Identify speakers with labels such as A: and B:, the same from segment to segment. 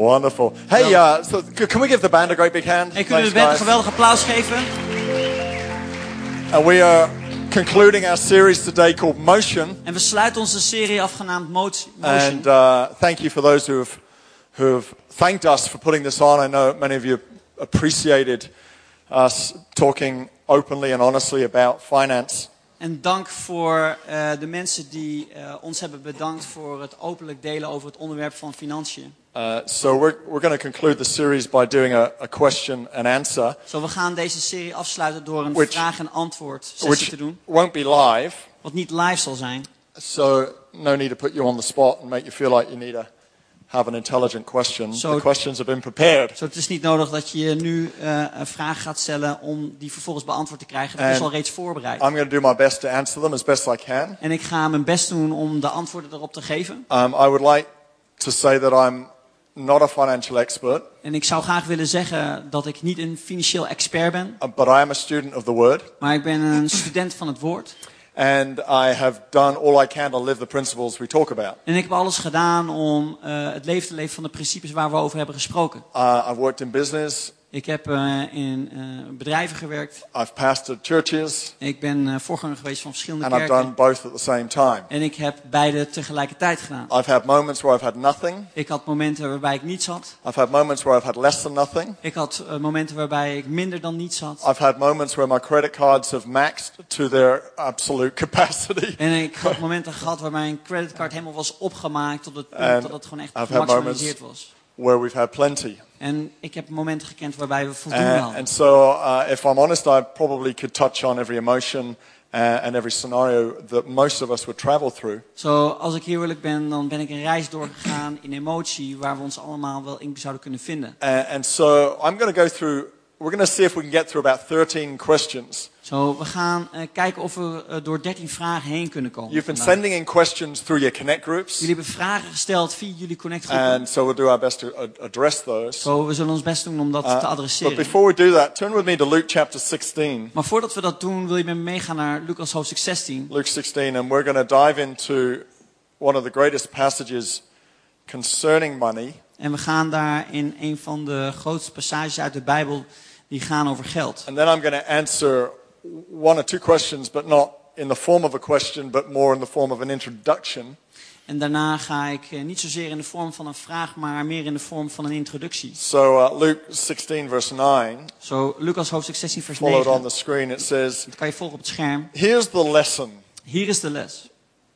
A: Wonderful. Hey, uh, so c- can we give the band a great big hand?
B: En kunnen we de band een
A: Thanks, guys.
B: geweldig applaus geven?
A: And we are concluding our series today called Motion.
B: En we sluiten onze serie afgenaamd Motion.
A: And uh, thank you for those who have, who have thanked us for putting this on. I know many of you appreciated us talking openly and honestly about finance.
B: En dank voor eh, de mensen die eh, ons hebben bedankt voor het openlijk delen over het onderwerp van financiën.
A: Uh, so we're, we're going to conclude the series by doing a, a question and answer,
B: Zo, we gaan deze serie afsluiten door een
A: Which-
B: vraag- en antwoord sessie
A: which
B: te doen.
A: won't be live.
B: Wat niet live zal zijn.
A: So no need to put you on the spot and make you feel like you need to have an intelligent question.
B: So-
A: the questions have been prepared.
B: Zo, het is niet nodig dat je nu eh, een vraag gaat stellen om die vervolgens beantwoord te krijgen. Dat is
A: En-
B: al reeds voorbereid.
A: I'm going to do my best to answer them as best I can.
B: En ik ga mijn best doen om de antwoorden erop te geven.
A: Um, I would like to say that I'm not a financial expert,
B: En ik zou graag willen zeggen dat ik niet een financieel expert ben,
A: uh, but I am a student of the word,
B: maar ik ben een student van het woord.
A: and I have done all I can to live the principles we talk about.
B: En ik heb alles gedaan om eh, het leven te leven van de principes waar we over hebben gesproken.
A: Uh, I've worked in business,
B: Ik heb eh, in eh, bedrijven gewerkt.
A: I've pastored churches,
B: Ik ben eh, voorganger geweest van verschillende
A: and I've
B: kerken.
A: done both at the same time.
B: En ik heb beide tegelijkertijd gedaan.
A: I've had moments where I've had nothing.
B: Ik had momenten waarbij ik niets had.
A: I've had moments where I've had less than nothing.
B: Ik had eh, momenten waarbij ik minder dan niets had.
A: I've had moments where my credit cards have maxed to their absolute capacity.
B: En ik had momenten gehad waar mijn creditcard helemaal was opgemaakt tot het punt
A: En
B: dat het gewoon echt
A: I've had
B: gemaximaliseerd was.
A: where we've had plenty.
B: En ik heb momenten gekend waarbij we voldoende
A: And,
B: hadden.
A: and so, uh, if I'm honest, I probably could touch on every emotion uh, and every scenario that most of us would travel through.
B: Zo, als ik hier eerlijk ben, dan ben ik een reis doorgegaan in emotie waar we ons allemaal wel in zouden kunnen vinden.
A: Uh, and so, I'm going to go through, we're going to see if we can get through about 13 questions.
B: Zo, we gaan eh, kijken of we eh, door 13 vragen heen kunnen komen.
A: You've been
B: vandaag.
A: sending in questions through your connect groups,
B: Jullie hebben vragen gesteld via jullie connect
A: and so we'll do our best to a- address those.
B: Zo, we zullen ons best doen om dat te
A: Uh, but
B: adresseren.
A: before we do that, turn with me to Luke chapter 16.
B: Maar voordat we dat doen, wil je met me meegaan naar Lucas hoofdstuk 16.
A: Luke 16, and we're going to dive into one of the greatest passages concerning money.
B: En we gaan daar in een van de grootste passages uit de Bijbel die gaan over geld.
A: And then I'm going to answer one or two questions, but not in the form of a question, but more in the form of an introduction.
B: En daarna ga ik eh, niet zozeer in de vorm van een vraag, maar meer in de vorm van een introductie.
A: So, uh, Luke 16, verse 9,
B: Zo, Lucas hoofdstuk 16 vers
A: followed on
B: 9.
A: the screen, it says,
B: Dat kan je volgen op het scherm.
A: Here's the lesson
B: Hier is de les.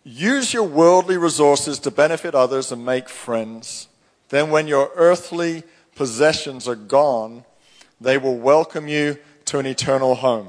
A: use your worldly resources to benefit others and make friends. Then, when your earthly possessions are gone, they will welcome you to an eternal home.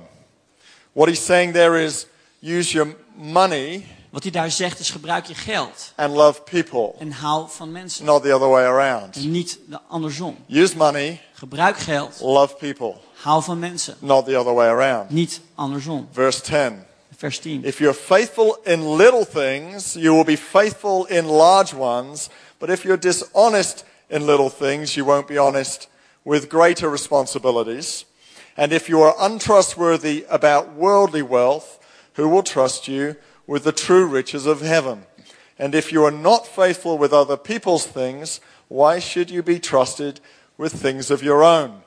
A: What he's saying there is use your money
B: Wat hij daar zegt is gebruik je geld
A: and love people,
B: en hou van mensen.
A: not the other way around.
B: En niet de andersom.
A: Use money,
B: Gebruik geld,
A: love people,
B: hou van mensen.
A: not the other way around.
B: Niet andersom.
A: Verse 10
B: Vers 10.
A: If you're faithful in little things, you will be faithful in large ones. But if you're dishonest in little things, you won't be honest with greater responsibilities. And if you are untrustworthy about worldly wealth, who will trust you with the true riches of heaven? And if you are not faithful with other people's things, why should you be trusted with things of your own?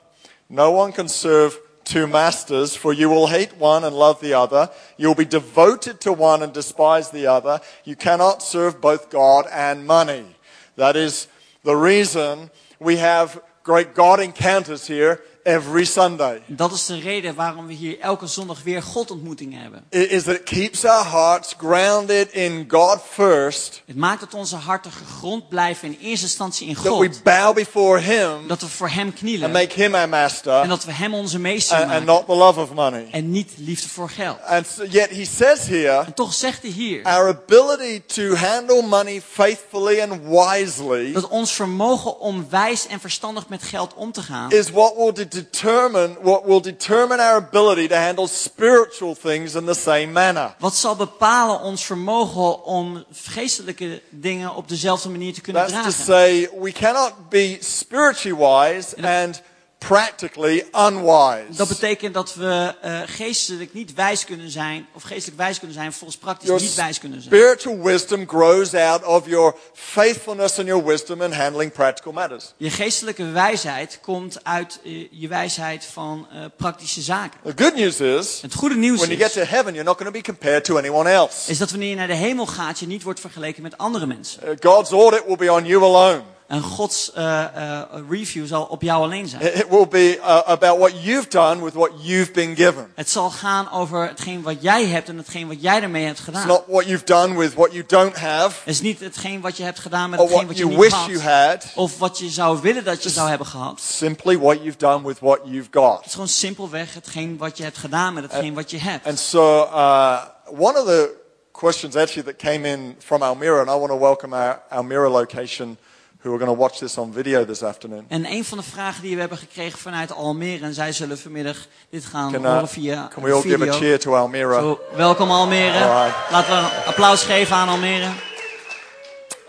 A: No one can serve two masters, for you will hate one and love the other. You will be devoted to one and despise the other. You cannot serve both God and money. That is the reason we have great God encounters here every Sunday.
B: Dat is de reden waarom we hier elke zondag weer Godontmoetingen hebben.
A: It is that it keeps our hearts grounded in God first,
B: Het maakt dat onze harten gegrond blijven in eerste instantie in
A: that we
B: God.
A: bow before Him
B: Dat we voor Hem
A: and
B: knielen
A: make Him our
B: en
A: master
B: dat we Hem onze meester
A: and, and
B: maken
A: not the love of money.
B: en niet liefde voor geld.
A: And so, yet He says here,
B: En toch zegt hij hier
A: Our ability to handle money faithfully and wisely
B: dat ons vermogen om wijs en verstandig met geld om te gaan
A: is what will de- determine what will determine our ability to handle spiritual things in the same manner.
B: Wat zal bepalen ons vermogen om geestelijke dingen
A: dus,
B: op dezelfde manier te kunnen
A: That's to
B: dragen?
A: say, we cannot be spiritually wise and practically unwise.
B: Dat betekent dat we eh, geestelijk niet wijs kunnen zijn, of geestelijk wijs kunnen zijn, volgens praktisch
A: Your
B: niet wijs kunnen zijn.
A: spiritual wisdom grows out of your faithfulness and your wisdom in handling practical matters.
B: Je geestelijke wijsheid komt uit eh, je wijsheid van eh, praktische zaken.
A: The good news is,
B: Het goede nieuws
A: when you get
B: is,
A: to heaven, you're not going to be compared to anyone else.
B: is dat wanneer je naar de hemel gaat, je niet wordt vergeleken met andere mensen.
A: Uh, God's audit will be on you alone.
B: En Gods eh, eh, review zal op jou alleen zijn.
A: It it will be uh, about what you've done with what you've been given.
B: Het zal gaan over hetgeen wat jij hebt en hetgeen wat jij ermee hebt
A: It's
B: gedaan.
A: not what you've done with what you don't have
B: Het is niet hetgeen wat je hebt gedaan met
A: or
B: hetgeen wat
A: what
B: je
A: you
B: niet
A: wish you
B: had.
A: had.
B: Of wat je zou willen dat je zou hebben gehad.
A: Simply what you've done with what you've got.
B: Het is gewoon simpelweg hetgeen wat je hebt gedaan met
A: Eh,
B: hetgeen wat je hebt.
A: And so, uh, one of the questions actually that came in from Almira, and I want to welcome our Almira location who are going to watch this on video this afternoon.
B: en een van de vragen die we hebben gekregen vanuit Almere, en zij zullen vanmiddag dit gaan
A: Can, uh,
B: horen via
A: can we all give a
B: video.
A: cheer to Almira?
B: Zo, welkom Almere.
A: Alright.
B: Laten we een applaus geven aan Almere.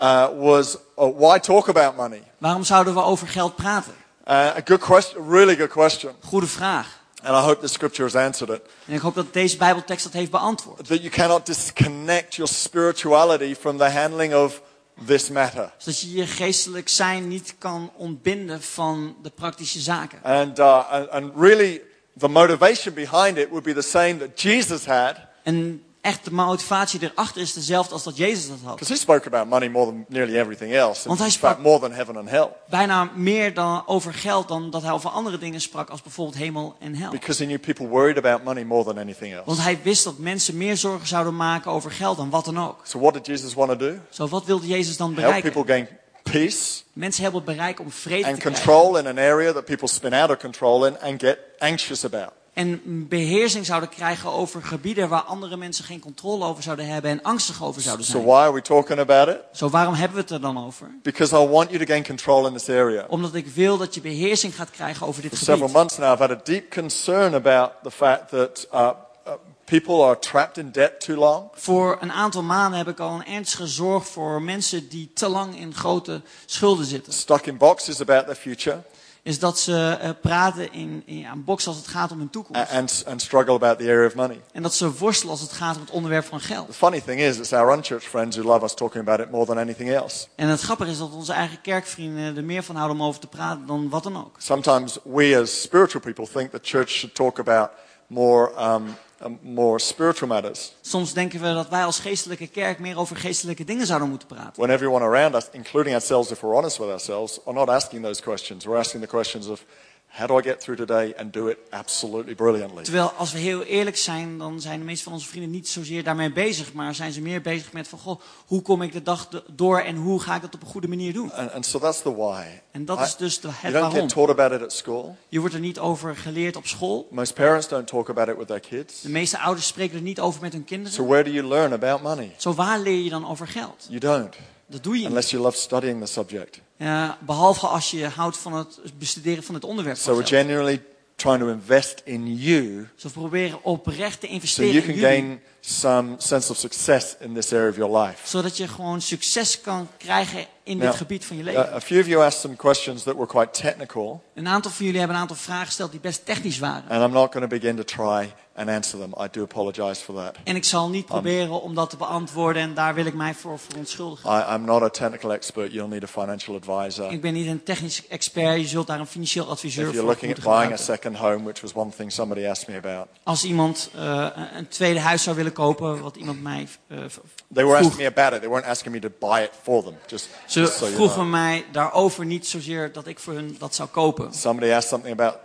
A: Uh, was uh, why talk about money?
B: Waarom zouden we over geld praten?
A: Uh, a good question, really good question,
B: Goede vraag.
A: and I hope the scripture has answered it.
B: En ik hoop dat deze Bijbeltekst dat heeft beantwoord.
A: That you cannot disconnect your spirituality from the handling of this matter.
B: Zodat je je geestelijk zijn niet kan ontbinden van de praktische zaken.
A: And, uh, and, and really, the motivation behind it would be the same that Jesus had,
B: En echt de motivatie erachter is dezelfde als dat Jezus dat had.
A: because he spoke about money more than nearly everything else. In
B: Want hij
A: fact,
B: sprak-
A: more than heaven and hell,
B: bijna meer dan over geld dan dat hij over andere dingen sprak, als bijvoorbeeld hemel en hel.
A: because he knew people worried about money more than anything
B: Want
A: else.
B: hij wist dat mensen meer zorgen zouden maken over geld dan wat dan ook.
A: So, what did Jesus want to do?
B: Zo, wat wilde Jezus dan
A: Help
B: bereiken?
A: people gain peace
B: Mensen hebben het bereik om vrede
A: and
B: te krijgen.
A: control in an area that people spin out of control in and get anxious about.
B: En beheersing zouden krijgen over gebieden waar andere mensen geen controle over zouden hebben en angstig over zouden
A: So,
B: zijn.
A: why are we talking about it?
B: Zo, waarom hebben we het er dan over?
A: Because I want you to gain control in this area.
B: Omdat ik wil dat je beheersing gaat krijgen over dit
A: For several
B: gebied.
A: months now, I've had a deep concern about the fact that uh, uh, people are trapped in debt too long.
B: Voor een aantal maanden heb ik al een ernstige zorg voor mensen die te lang in grote schulden zitten.
A: stuck in boxes about their future
B: is dat ze eh, praten in, in aan box als het gaat om hun
A: a-
B: toekomst.
A: and, and struggle about the area of money.
B: En dat ze worstelen als het gaat om het onderwerp van
A: The
B: geld.
A: funny thing is, it's our unchurched friends who love us talking about it more than anything else.
B: En het grappige is dat onze eigen kerkvrienden er meer van houden om over te praten dan wat dan ook.
A: Sometimes we as spiritual people think the church should talk about more, um, um, more spiritual matters
B: Soms denken we dat wij als geestelijke kerk meer over geestelijke dingen zouden moeten praten.
A: when everyone around us, including ourselves if we're honest with ourselves, are not asking those questions. We're asking the questions of how do I get through today and do it absolutely brilliantly.
B: Terwijl als we heel eerlijk zijn, dan zijn de meeste van onze vrienden niet zozeer daarmee bezig. Maar zijn ze meer bezig met van, goh, hoe kom ik de dag do- door en hoe ga ik dat op een goede manier doen?
A: And, and so that's the why.
B: En dat
A: I-
B: is dus de,
A: you
B: het
A: don't
B: waarom.
A: get taught about it at school.
B: Je wordt er niet over geleerd op school.
A: Most parents don't talk about it with their kids.
B: De meeste ouders spreken er niet over met hun kinderen.
A: So where do you learn about money?
B: Zo waar leer je dan over geld?
A: You don't,
B: Dat doe je niet.
A: unless you love studying the subject.
B: Eh, behalve als je houdt van het bestuderen van het onderwerp
A: So
B: van
A: we're
B: geld.
A: genuinely trying to invest in you
B: Dus we proberen oprecht te
A: so you
B: investeren in
A: can
B: jullie.
A: gain some sense of success in this area of your life.
B: Zodat je gewoon succes kan krijgen in
A: Now,
B: dit gebied van je
A: uh,
B: leven.
A: a few of you asked some questions that were quite technical,
B: Een aantal van jullie hebben een aantal vragen gesteld die best technisch waren.
A: and I'm not going to begin to try and answer them. I do apologize for that.
B: En ik zal niet proberen om dat te beantwoorden en daar wil ik mij voor verontschuldigen.
A: I, I'm not a technical expert. You'll need a financial
B: Ik
A: advisor.
B: ben niet een technisch expert, je zult daar een financieel adviseur
A: If you're
B: voor
A: looking
B: moeten
A: at buying a
B: gebruiken.
A: second home, which was one thing somebody asked me about,
B: Als iemand eh, een- een tweede huis zou willen kopen, wat iemand mij eh, v-
A: they were
B: vroeg,
A: asking me about it. They weren't asking me to buy it for them. Just,
B: Ze
A: just so you know.
B: vroegen mij daarover niet zozeer dat ik voor hun dat zou kopen.
A: Somebody asked something about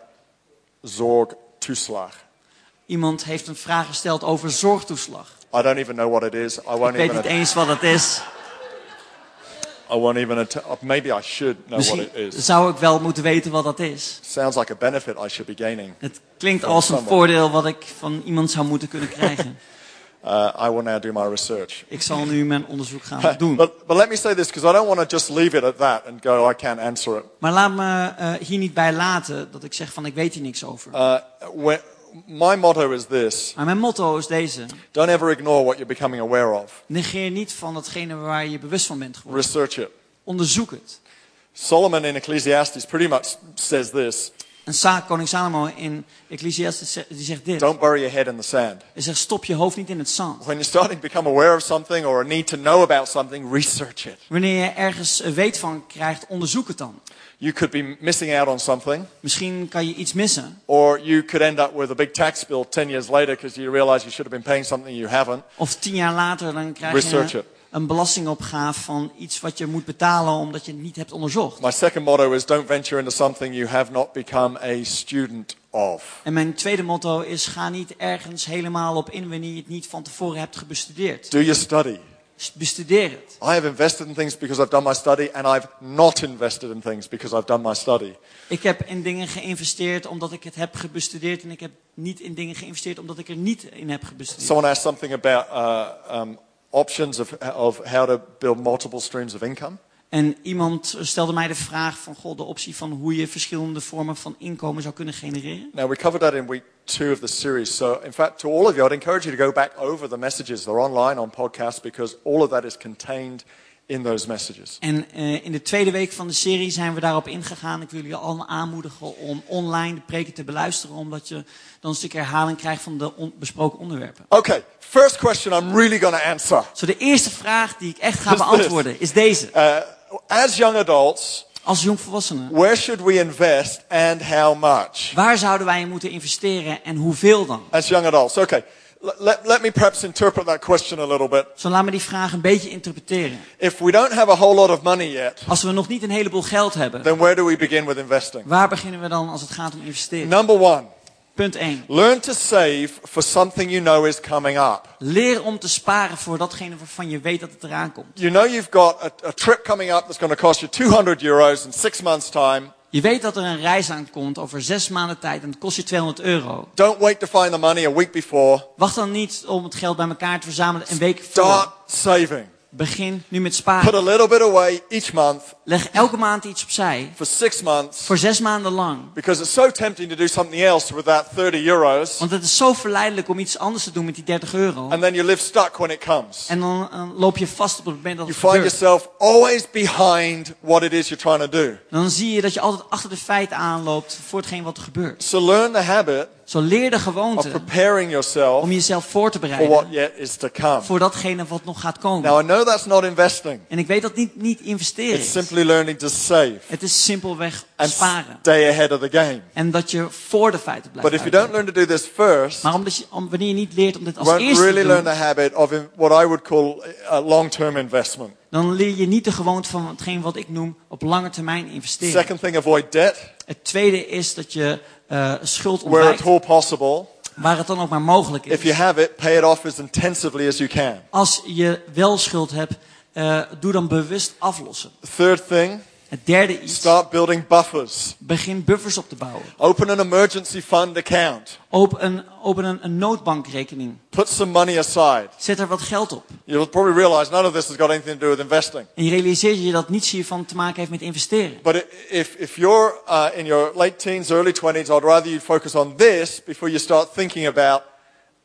A: Zorg Tuslag.
B: Iemand heeft een vraag gesteld over zorgtoeslag.
A: I don't even know what it is. I
B: Ik
A: won't
B: weet
A: even.
B: niet eens wat dat is.
A: I won't even. Att- uh, maybe I should know what
B: Misschien
A: it is.
B: zou ik wel moeten weten wat dat is.
A: Sounds like a benefit I should be gaining.
B: Het klinkt
A: Van
B: als een
A: someone.
B: voordeel wat ik van iemand zou moeten kunnen krijgen.
A: Uh, I will now do my research.
B: Ik zal nu mijn onderzoek gaan
A: But,
B: doen.
A: but let me say this because I don't want to just leave it at that and go, I can't answer it.
B: Maar laat me eh, hier niet bij laten dat ik zeg van ik weet hier niks over.
A: Uh, when, my motto is this
B: Maar mijn motto is deze.
A: don't ever ignore what you're becoming aware of,
B: Negeer niet van datgene waar je bewust van bent geworden.
A: research it.
B: Onderzoek het.
A: Solomon in Ecclesiastes pretty much says this
B: En Sa, koning Salomo in Ecclesiastes ze- die zegt dit.
A: Don't bury your head in the sand.
B: Hij zegt, stop je hoofd niet in het zand.
A: When you're starting to become aware of something or need to know about something, research it.
B: Wanneer je ergens eh, weet van krijgt, onderzoek het dan.
A: You could be missing out on something,
B: Misschien kan je iets missen.
A: or you could end up with a big tax bill 10 years later because you realize you should have been paying something you haven't.
B: Of tien jaar later dan krijg
A: Research
B: je
A: it.
B: een belastingopgave van iets wat je moet betalen omdat je het niet hebt onderzocht.
A: My second motto is don't venture into something you have not become a student of.
B: En mijn tweede motto is: ga niet ergens helemaal op in wanneer je het niet van tevoren hebt gebestudeerd.
A: Do your study.
B: S- Bestudeer het.
A: I have invested in things because I've done my study, and I've not invested in things because I've done my study.
B: Ik heb in dingen geïnvesteerd omdat ik het heb gebestudeerd. En ik heb niet in dingen geïnvesteerd omdat ik er niet in heb gebestudeerd.
A: Someone asked something about uh, um, options of, of how to build multiple streams of income.
B: En iemand stelde mij de vraag van goh, de optie van hoe je verschillende vormen van inkomen zou kunnen genereren.
A: Now, we covered that in week two of the series. So, in fact, to all of you, I'd encourage you to go back over the messages. They're online on podcasts because all of that is contained in those messages.
B: En eh, in de tweede week van de serie zijn we daarop ingegaan. Ik wil jullie allemaal aanmoedigen om online de preken te beluisteren, omdat je dan een stuk herhaling krijgt van de on- besproken onderwerpen.
A: Okay, first question I'm really going to answer.
B: Zo, de eerste vraag die ik echt ga
A: Dus dit.
B: beantwoorden is deze.
A: Uh, as young adults,
B: Als jongvolwassenen,
A: where should we invest and how much?
B: waar zouden wij in moeten investeren en hoeveel dan?
A: As young adults, okay. L- let, let me perhaps interpret that question a little bit.
B: Zo, laat me die vraag een beetje interpreteren.
A: If we don't have a whole lot of money yet,
B: Als we nog niet een heleboel geld hebben,
A: then where do we begin with investing?
B: waar beginnen we dan als het gaat om investeren?
A: Number one,
B: Punt 1.
A: learn to save for something you know is coming up.
B: Leer om te sparen voor datgene waarvan je weet dat het eraan komt.
A: You know you've got a, a trip coming up that's going to cost you 200 euros in six months' time.
B: Je weet dat er een reis aankomt over zes maanden tijd en het kost je 200 euro.
A: Don't wait to find the money a week before.
B: Wacht dan niet om het geld bij elkaar te verzamelen een week
A: Start
B: voor.
A: saving.
B: Begin nu met
A: Put a
B: sparen.
A: little bit away each month
B: Leg elke maand iets opzij.
A: for six months
B: Voor zes maanden lang.
A: because it's so tempting to do something else with that 30 euros
B: Want het is zo verleidelijk om iets anders te doen met die 30 euro.
A: and then you live stuck when it comes.
B: En dan eh, loop je vast op het moment dat
A: You
B: het
A: find
B: gebeurt.
A: yourself always behind what it is you're trying to do.
B: Dan zie je dat je altijd achter de feiten aanloopt voor hetgeen wat er gebeurt.
A: So learn the habit
B: Zo leer de
A: of
B: gewoonte
A: preparing
B: om
A: yourself
B: jezelf voor te
A: for what
B: bereiden
A: yet is to come.
B: voor datgene wat nog gaat komen.
A: Now I know that's not investing.
B: En ik weet dat niet, niet investeren
A: It's
B: is.
A: simply learning to save
B: Het is simpelweg
A: and
B: sparen.
A: stay ahead of the game.
B: En dat je voor de feiten blijft.
A: But if you
B: uitkijken.
A: don't learn to do this first,
B: Maar
A: you
B: omdat je, om, wanneer je niet leert om dit als
A: won't
B: eerste
A: really
B: te
A: learn
B: doen,
A: the habit of in- what I would call a long-term investment.
B: dan leer je niet de gewoonte van hetgeen wat ik noem op lange termijn investeren.
A: Second thing, avoid debt
B: Het tweede is dat je eh, schuld
A: where at
B: ontwijkt,
A: all possible.
B: waar het dan ook maar mogelijk
A: If you
B: is.
A: have it, pay it off as intensively as you can.
B: Als je wel schuld hebt, eh, doe dan bewust aflossen.
A: Third thing,
B: Het derde iets,
A: start building buffers.
B: begin buffers op te bouwen.
A: Open an emergency fund account.
B: Open, open een, een noodbankrekening.
A: Put some money aside.
B: Zet er wat geld op.
A: You'll probably realize none of this has got anything to do with investing.
B: En je realiseert je dat niets hiervan te maken heeft met investeren.
A: But i- if, if you're uh, in your late teens, early 20s, I'd rather you focus on this before you start thinking about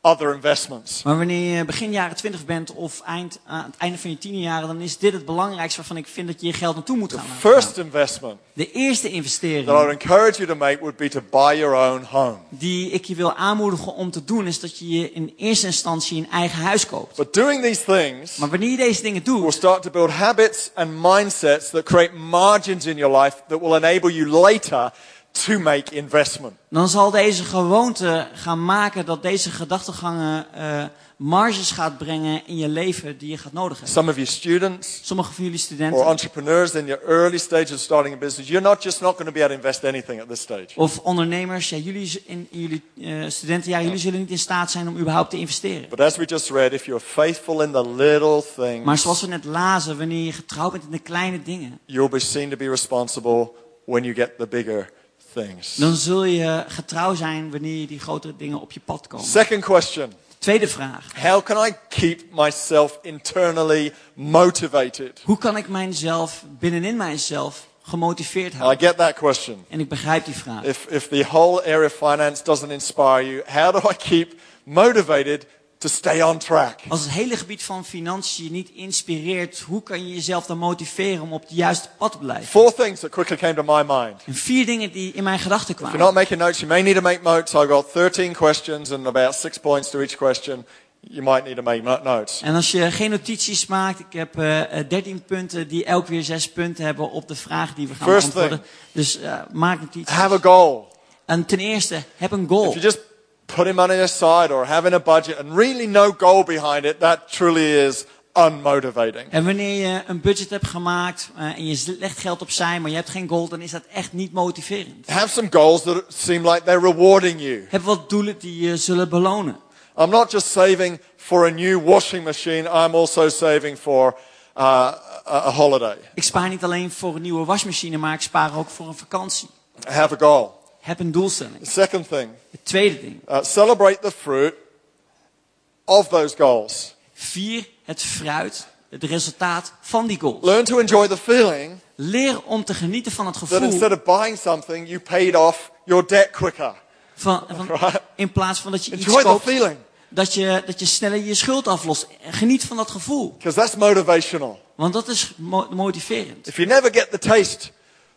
A: other investments.
B: Maar wanneer je begin jaren 20 bent of eind, aan het einde van je tienerjaren, dan is dit het belangrijkste waarvan ik vind dat je je geld naartoe moet gaan. laten gaan.
A: First investment
B: De eerste
A: that I would
B: investering
A: encourage you to make would be to buy your own home.
B: die ik je wil aanmoedigen om te doen, is dat je je in eerste instantie een eigen huis koopt.
A: But doing these things
B: Maar wanneer je deze dingen
A: will
B: doet,
A: start to build habits and mindsets that create margins in your life that will enable you later to make investment.
B: dan zal deze gewoonte gaan maken dat deze gedachtegangen eh, marges gaat brengen in je leven die je gaat nodig hebben.
A: Some of you students
B: Sommige van jullie
A: or
B: studenten
A: entrepreneurs in your early stages of starting a business, you're not just not going to be able to invest anything at this stage.
B: of ondernemers, ja, jullie z- in, in jullie eh, studentenjaar, jullie zullen niet in staat zijn om überhaupt te investeren.
A: But as we just read, if you're faithful in the little
B: Maar
A: things,
B: zoals we net lazen, wanneer je getrouwd bent in de kleine dingen,
A: you'll be seen to be responsible when you get the bigger things.
B: dan zul je getrouw zijn wanneer je die grotere dingen op je pad komen.
A: Second question.
B: Tweede vraag.
A: How can I keep myself internally motivated?
B: Hoe kan ik mijzelf binnenin mijzelf gemotiveerd
A: I
B: houden?
A: get that question.
B: En ik begrijp die vraag.
A: If, if the whole area of finance doesn't inspire you, how do I keep motivated to stay on track.
B: Als het hele gebied van financiën je niet inspireert, hoe kan je jezelf dan motiveren om op het juiste pad te blijven?
A: Four things that quickly came to my mind.
B: En vier dingen die in mijn gedachten
A: If you're not
B: kwamen.
A: making notes, you may need to make notes. I've got 13 questions and about six points to each question. You might need to make no- notes.
B: En als je geen notities maakt, ik heb eh eh, 13 punten die elk weer 6 punten hebben op de vraag die we gaan
A: First
B: beantwoorden. Dus eh, maak notities.
A: Have a goal.
B: En ten eerste, heb een
A: If
B: goal.
A: you're just putting money aside or having a budget and really no goal behind it, that truly is unmotivating.
B: En wanneer je een budget hebt gemaakt eh, en je legt geld opzij, maar je hebt geen goal, dan is dat echt niet motiverend.
A: Have some goals that seem like they're rewarding you.
B: Heb wat doelen die je zullen belonen.
A: I'm not just saving for a new washing machine, I'm also saving for uh, a a holiday.
B: Ik spaar niet alleen voor een nieuwe wasmachine, maar ik spaar ook voor een vakantie.
A: Have a goal.
B: Heb een doelstelling.
A: Second thing,
B: Het tweede ding.
A: uh, celebrate the fruit of those goals.
B: Vier het fruit, het resultaat van die goal.
A: Learn to enjoy the feeling
B: Leer om te genieten van het
A: that
B: gevoel.
A: instead of buying something, you paid off your debt quicker.
B: Van, van,
A: Right.
B: in plaats van dat je iets
A: Enjoy the
B: koopt,
A: feeling,
B: dat je, dat je sneller je schuld aflost. Geniet van dat gevoel.
A: because that's motivational.
B: Want dat is mo- motiverend.
A: If you never get the taste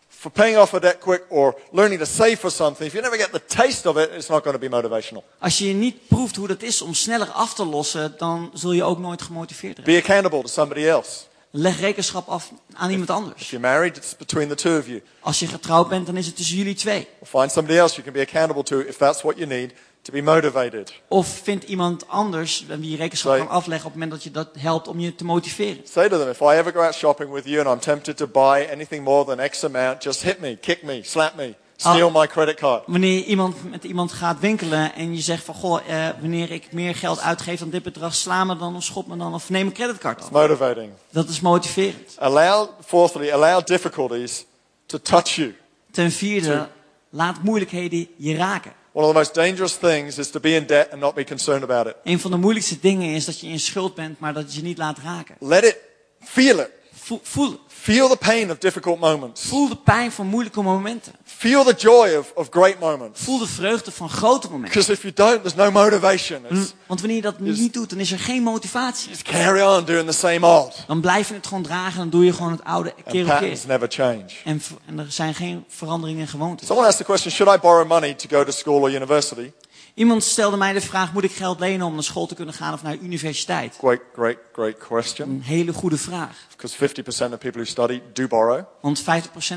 A: for paying off a debt quick or learning to save for something, if you never get the taste of it, it's not going to be motivational.
B: Als je niet proeft hoe dat is om sneller af te lossen, dan zul je ook nooit gemotiveerd raken.
A: Be accountable to somebody else.
B: Leg rekenschap af aan iemand
A: If
B: anders.
A: you're married, it's between the two of you.
B: Als je getrouwd bent, dan is het tussen jullie twee.
A: Find somebody else you can be accountable to if that's what you need to be motivated.
B: Of vind iemand anders aan wie je rekenschap
A: Sorry.
B: kan afleggen op het moment dat je dat helpt om je te motiveren.
A: Say to them, if I ever go out shopping with you and I'm tempted to buy anything more than X amount, just hit me, kick me, slap me, steal my credit card.
B: Wanneer je iemand met iemand gaat winkelen en je zegt van goh, eh, wanneer ik meer geld uitgeef dan dit bedrag, sla me dan of schop me dan of neem een creditcard af.
A: Motivating.
B: Dat is motiverend.
A: Allow, fourthly, allow difficulties to touch you.
B: Ten vierde, laat moeilijkheden je raken.
A: One of the most dangerous things is to be in debt and not be concerned about it.
B: Een van de moeilijkste dingen is dat je in schuld bent, maar dat je je niet laat raken.
A: Let it, feel it.
B: Voel, voel,
A: Feel the pain of difficult moments.
B: voel de pijn van moeilijke momenten.
A: Feel the joy of, of great moments.
B: Voel de vreugde van grote momenten.
A: Because if you don't, there's no motivation. It's
B: Want wanneer je dat niet doet, dan is er geen motivatie.
A: just carry on doing the same old.
B: Dan blijf je het gewoon dragen en doe je gewoon het oude
A: And
B: keer op keer.
A: patterns never change.
B: En, v- en er zijn geen veranderingen in gewoontes.
A: Someone asked the question, should I borrow money to go to school or university?
B: Iemand stelde mij de vraag, moet ik geld lenen om naar school te kunnen gaan of naar universiteit?
A: Great, great, great question.
B: Een hele goede vraag.
A: Because 50% of people who study do borrow.
B: Want 50%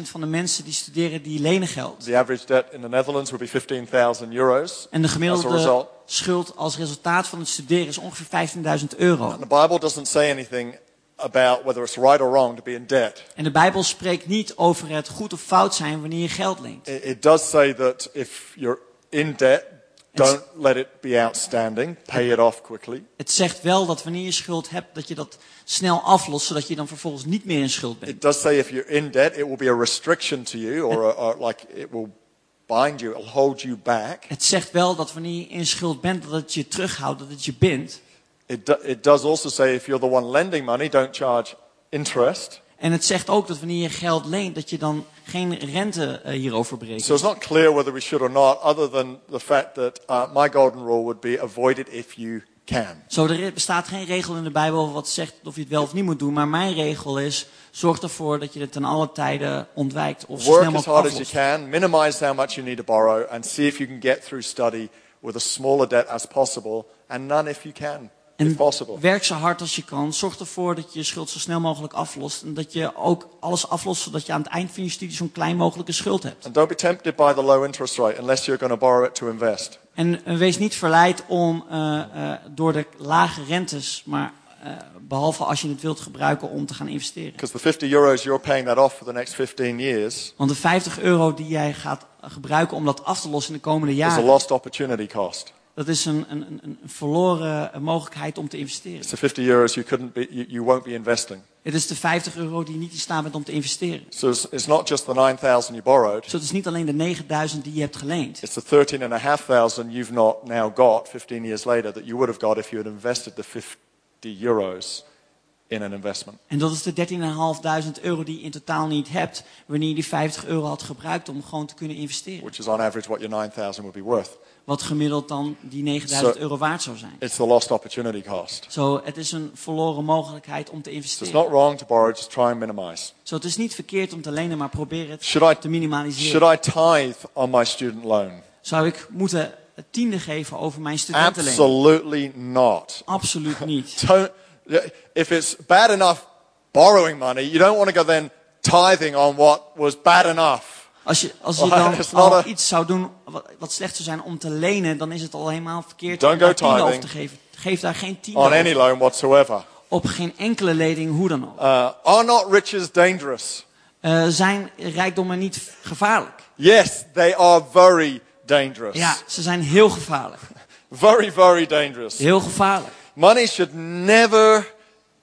B: van de mensen die studeren, die lenen geld.
A: The average debt in the Netherlands would be 15,000 euros.
B: En de
A: As a
B: gemiddelde
A: result.
B: schuld als resultaat van het studeren is ongeveer 15.000 euro.
A: The Bible doesn't say anything about whether it's right or wrong to be in debt.
B: En de Bijbel spreekt niet over het goed of fout zijn wanneer je geld leent.
A: It, it does say that if you're in debt, don't let it be outstanding. Pay it off quickly.
B: Het zegt wel dat wanneer je schuld hebt, dat je dat snel aflost, zodat je dan vervolgens niet meer in schuld bent.
A: It does say if you're in debt, it will be a restriction to you, or, a, or like it will bind you, it'll hold you back.
B: Het zegt wel dat wanneer je in schuld bent, dat het je terughoudt, dat het je bindt.
A: It, do, it does also say if you're the one lending money, don't charge interest.
B: En het zegt ook dat wanneer je geld leent, dat je dan geen rente eh, hierover berekent.
A: So it's not clear whether we should or not, other than the fact that uh, my golden rule would be avoid it if you can.
B: Zo, er i- bestaat geen regel in de Bijbel wat zegt of je het wel of niet moet doen. Maar mijn regel is, zorg ervoor dat je het ten alle tijden ontwijkt of zo snel
A: Work as hard
B: mogelijk
A: as you
B: aflost.
A: can, minimize how much you need to borrow, and see if you can get through study with as small a debt as possible, and none if you can, if possible.
B: En werk zo hard als je kan. Zorg ervoor dat je je schuld zo snel mogelijk aflost. En dat je ook alles aflost, zodat je aan het eind van je studie zo'n klein mogelijke schuld hebt.
A: And don't be tempted by the low interest rate unless you're going to borrow it to invest.
B: En eh, wees niet verleid om eh, eh, door de lage rentes, maar eh, behalve als je het wilt gebruiken om te gaan investeren.
A: Because the 50 euros you're paying that off for the next 15 years
B: Want de 50 euro die jij gaat gebruiken om dat af te lossen in de komende
A: is a
B: jaren,
A: lost opportunity cost.
B: dat is een, een, een- een verloren eh, mogelijkheid om te investeren.
A: It's the 50 euros you couldn't be, you, you won't be investing.
B: Het is de 50 euro die je niet in staat bent om te investeren.
A: So it's, it's not just the 9,000 you borrowed.
B: Dus dat is niet alleen de 9000 die je hebt geleend.
A: It's the 13,500 you've not now got 15 years later that you would have got if you had invested the 50 euros in an investment.
B: En dat is de 13.500 euro die je in totaal niet hebt, wanneer je die 50 euro had gebruikt om gewoon te kunnen investeren.
A: which is on average what your 9,000 would be worth.
B: Wat gemiddeld dan die 9000
A: Zo-
B: euro waard zou zijn.
A: It's the lost opportunity cost.
B: Zo, het is een verloren mogelijkheid om te
A: So it's
B: investeren.
A: not wrong to borrow, just try and minimize.
B: Zo, het is niet verkeerd om te lenen, maar probeer het
A: Should I-
B: te minimaliseren.
A: Should I tithe on my student loan?
B: Zou ik moeten het tiende geven over mijn studentenleen?
A: Absolutely not.
B: Absoluut niet.
A: Don't, if it's bad enough borrowing money, you don't want to go then tithing on what was bad enough.
B: Als je, als je
A: Well,
B: dan
A: it's not
B: al
A: a-
B: iets zou doen wat, wat slecht zou zijn om te lenen, dan is het al helemaal verkeerd
A: Don't
B: om daar
A: go
B: tiende over
A: tithing. Oh,
B: te geven. Geef daar geen tiende
A: On
B: over.
A: any loan whatsoever.
B: op geen enkele lening, hoe dan ook.
A: Uh, are not riches dangerous?
B: Eh, zijn rijkdommen niet gevaarlijk?
A: Yes, they are very dangerous.
B: Ja, ze zijn heel gevaarlijk.
A: Very, very dangerous.
B: Heel gevaarlijk.
A: Money should never,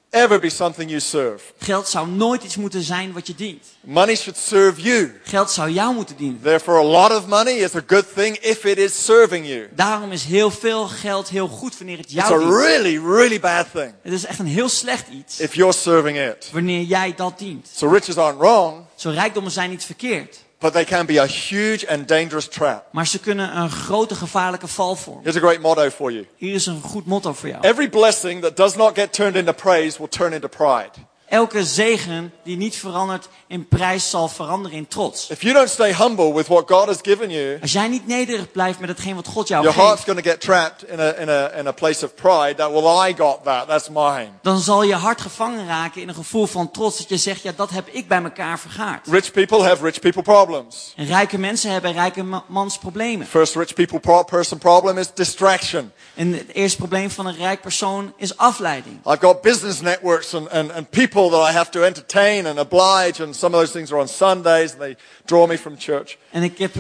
A: ever be something you serve.
B: Geld zou nooit iets moeten zijn wat je dient.
A: Money should serve you.
B: Geld zou jou moeten dienen.
A: Therefore, a lot of money is a good thing if it is serving you.
B: Daarom is heel veel geld heel goed wanneer het
A: It's
B: jou
A: a
B: dient.
A: really, really bad thing
B: Het is echt een heel slecht iets
A: if you're serving it.
B: wanneer jij dat dient.
A: So riches aren't wrong,
B: Zo rijkdommen zijn niet verkeerd,
A: but they can be a huge and dangerous trap.
B: maar ze kunnen een grote gevaarlijke val vormen.
A: Here's a great motto for you.
B: Hier is een goed motto voor jou.
A: Every blessing that does not get turned into praise will turn into pride.
B: Elke zegen die niet verandert in prijs zal veranderen in trots.
A: If you don't stay humble with what God has given you,
B: Als jij niet nederig blijft met hetgeen wat God jou
A: your heart's
B: geeft,
A: going to get trapped in a, in a, in a place of pride that, well, I got that, that's mine.
B: dan zal je hart gevangen raken in een gevoel van trots dat je zegt, ja dat heb ik bij elkaar vergaard.
A: Rich people have rich people problems.
B: En rijke mensen hebben rijke ma- mans problemen.
A: First rich people pro- person problem is distraction.
B: En het eerste probleem van een rijk persoon is afleiding.
A: I've got business networks and, and, and people that I have to entertain and oblige, and some of those things are on Sundays and they draw me from church.
B: En ik heb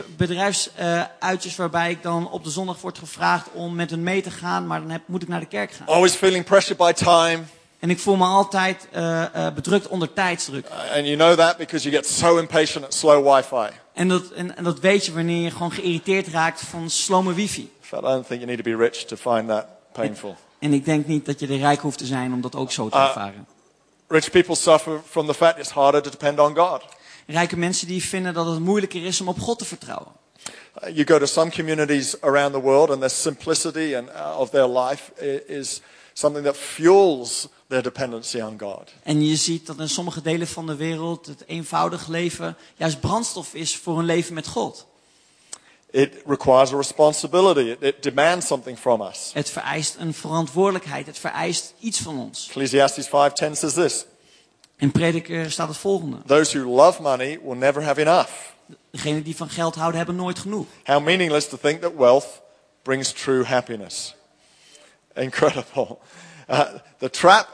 B: bedrijfsuitjes waarbij ik dan op de zondag wordt gevraagd om met hun mee te gaan, maar dan heb, moet ik naar de kerk gaan.
A: Always feeling pressured by time,
B: En ik voel me altijd eh, eh, bedrukt onder tijdsdruk.
A: and you know that because you get so impatient at slow Wi Fi. In
B: En dat, en, en dat weet je wanneer je gewoon geïrriteerd raakt van slome wifi.
A: fact, I don't think you need to be rich to find that painful.
B: En ik denk niet dat je de rijk hoeft te zijn om dat ook zo te ervaren.
A: Rich people suffer from the fact it's harder to depend on God.
B: Rijke mensen die vinden dat het moeilijker is om op God te vertrouwen.
A: Uh, You go to some communities around the world, and the simplicity and, uh, of their life i- is something that fuels their dependency on God.
B: En je ziet dat in sommige delen van de wereld het eenvoudig leven juist brandstof is voor een leven met God.
A: It requires a responsibility. It, it demands something from us.
B: Het vereist een verantwoordelijkheid, het vereist iets van ons.
A: Ecclesiastes 5:10 says this:
B: In Prediker staat het volgende.
A: Those who love money will never have enough.
B: Degenen die van geld houden hebben nooit genoeg.
A: How meaningless to think that wealth brings true happiness. Incredible. Uh, the trap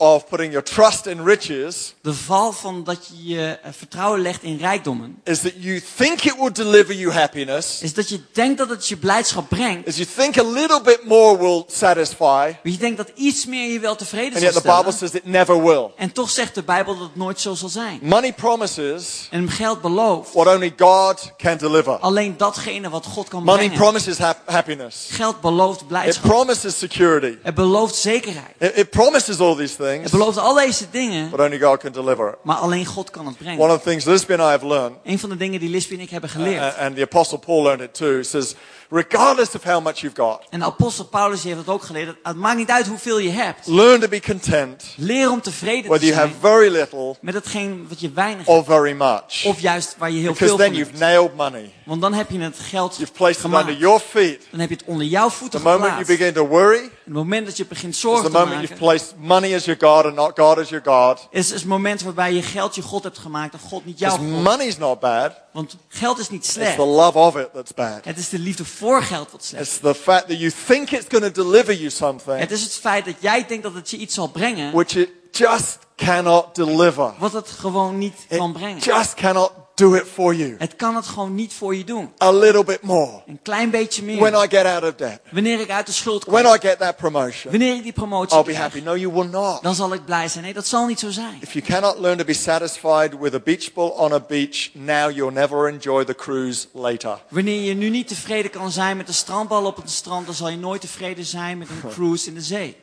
A: of putting your trust in riches
B: De val van dat je je eh, vertrouwen legt in rijkdommen,
A: is that you think it will deliver you happiness,
B: is dat je denkt dat het je blijdschap brengt.
A: is you think a little bit more will satisfy,
B: Maar je denkt dat iets meer je wel tevreden
A: and
B: zal
A: yet the Bible
B: stellen.
A: says it never will.
B: En toch zegt de Bijbel dat het nooit zo zal zijn.
A: Money promises
B: En geld belooft
A: what only God can deliver.
B: alleen datgene wat God kan
A: Money
B: brengen.
A: promises hap- happiness.
B: Geld belooft
A: It
B: blijdschap.
A: promises security.
B: Het belooft zekerheid.
A: It, it promises all these
B: Het
A: things,
B: belooft al deze dingen,
A: but only God can deliver it.
B: maar alleen God kan het
A: One
B: brengen.
A: of Eh, the things Lisby and I have learned,
B: Een van de dingen die Lisby en ik hebben
A: a-
B: geleerd.
A: and the Apostle Paul learned it too, says, regardless of how much you've got,
B: En de apostel Paulus die heeft dat ook geleerd. Het maakt niet uit hoeveel je hebt.
A: learn to be content
B: Leer om tevreden
A: whether
B: te
A: you have
B: zijn
A: very little
B: met hetgeen wat je weinig hebt.
A: or very much.
B: Of juist waar je heel
A: Oh. Because
B: veel
A: then
B: van
A: you've
B: hebt.
A: nailed money.
B: Want dan heb je het geld
A: You've placed it under
B: gemaakt.
A: your feet.
B: Dan heb je het onder jouw
A: The
B: voeten
A: moment you
B: geplaatst.
A: begin to worry
B: Het moment dat je begint
A: is the
B: zorgen te
A: moment you've
B: maken,
A: placed money as your God and not God as your God.
B: is, is het moment waarbij je geld je God hebt gemaakt en God niet jouw
A: Because
B: God.
A: money's not bad.
B: Want geld is niet
A: It's the
B: slecht.
A: love of it that's bad.
B: Het is de liefde voor geld wat slecht is.
A: It's the fact that you think it's going to deliver you something
B: Het is het feit dat jij denkt dat het je iets zal brengen,
A: which it just cannot deliver.
B: wat het gewoon niet kan
A: It
B: brengen.
A: just cannot do it for you.
B: Het kan het gewoon niet voor je doen.
A: A little bit more.
B: Een klein beetje
A: When
B: meer.
A: I get out of debt,
B: Wanneer ik uit de schuld kom,
A: when I get that promotion,
B: wanneer ik die promotie
A: I'll be
B: krijg,
A: happy. No, you will not.
B: dan zal ik blij zijn. Nee, dat zal niet zo zijn.
A: If you cannot learn to be satisfied with a beach ball on a beach now, you'll never enjoy the cruise later.
B: Wanneer je nu niet tevreden kan zijn met een strandbal op het strand, dan zal je nooit tevreden zijn met een cruise in de zee.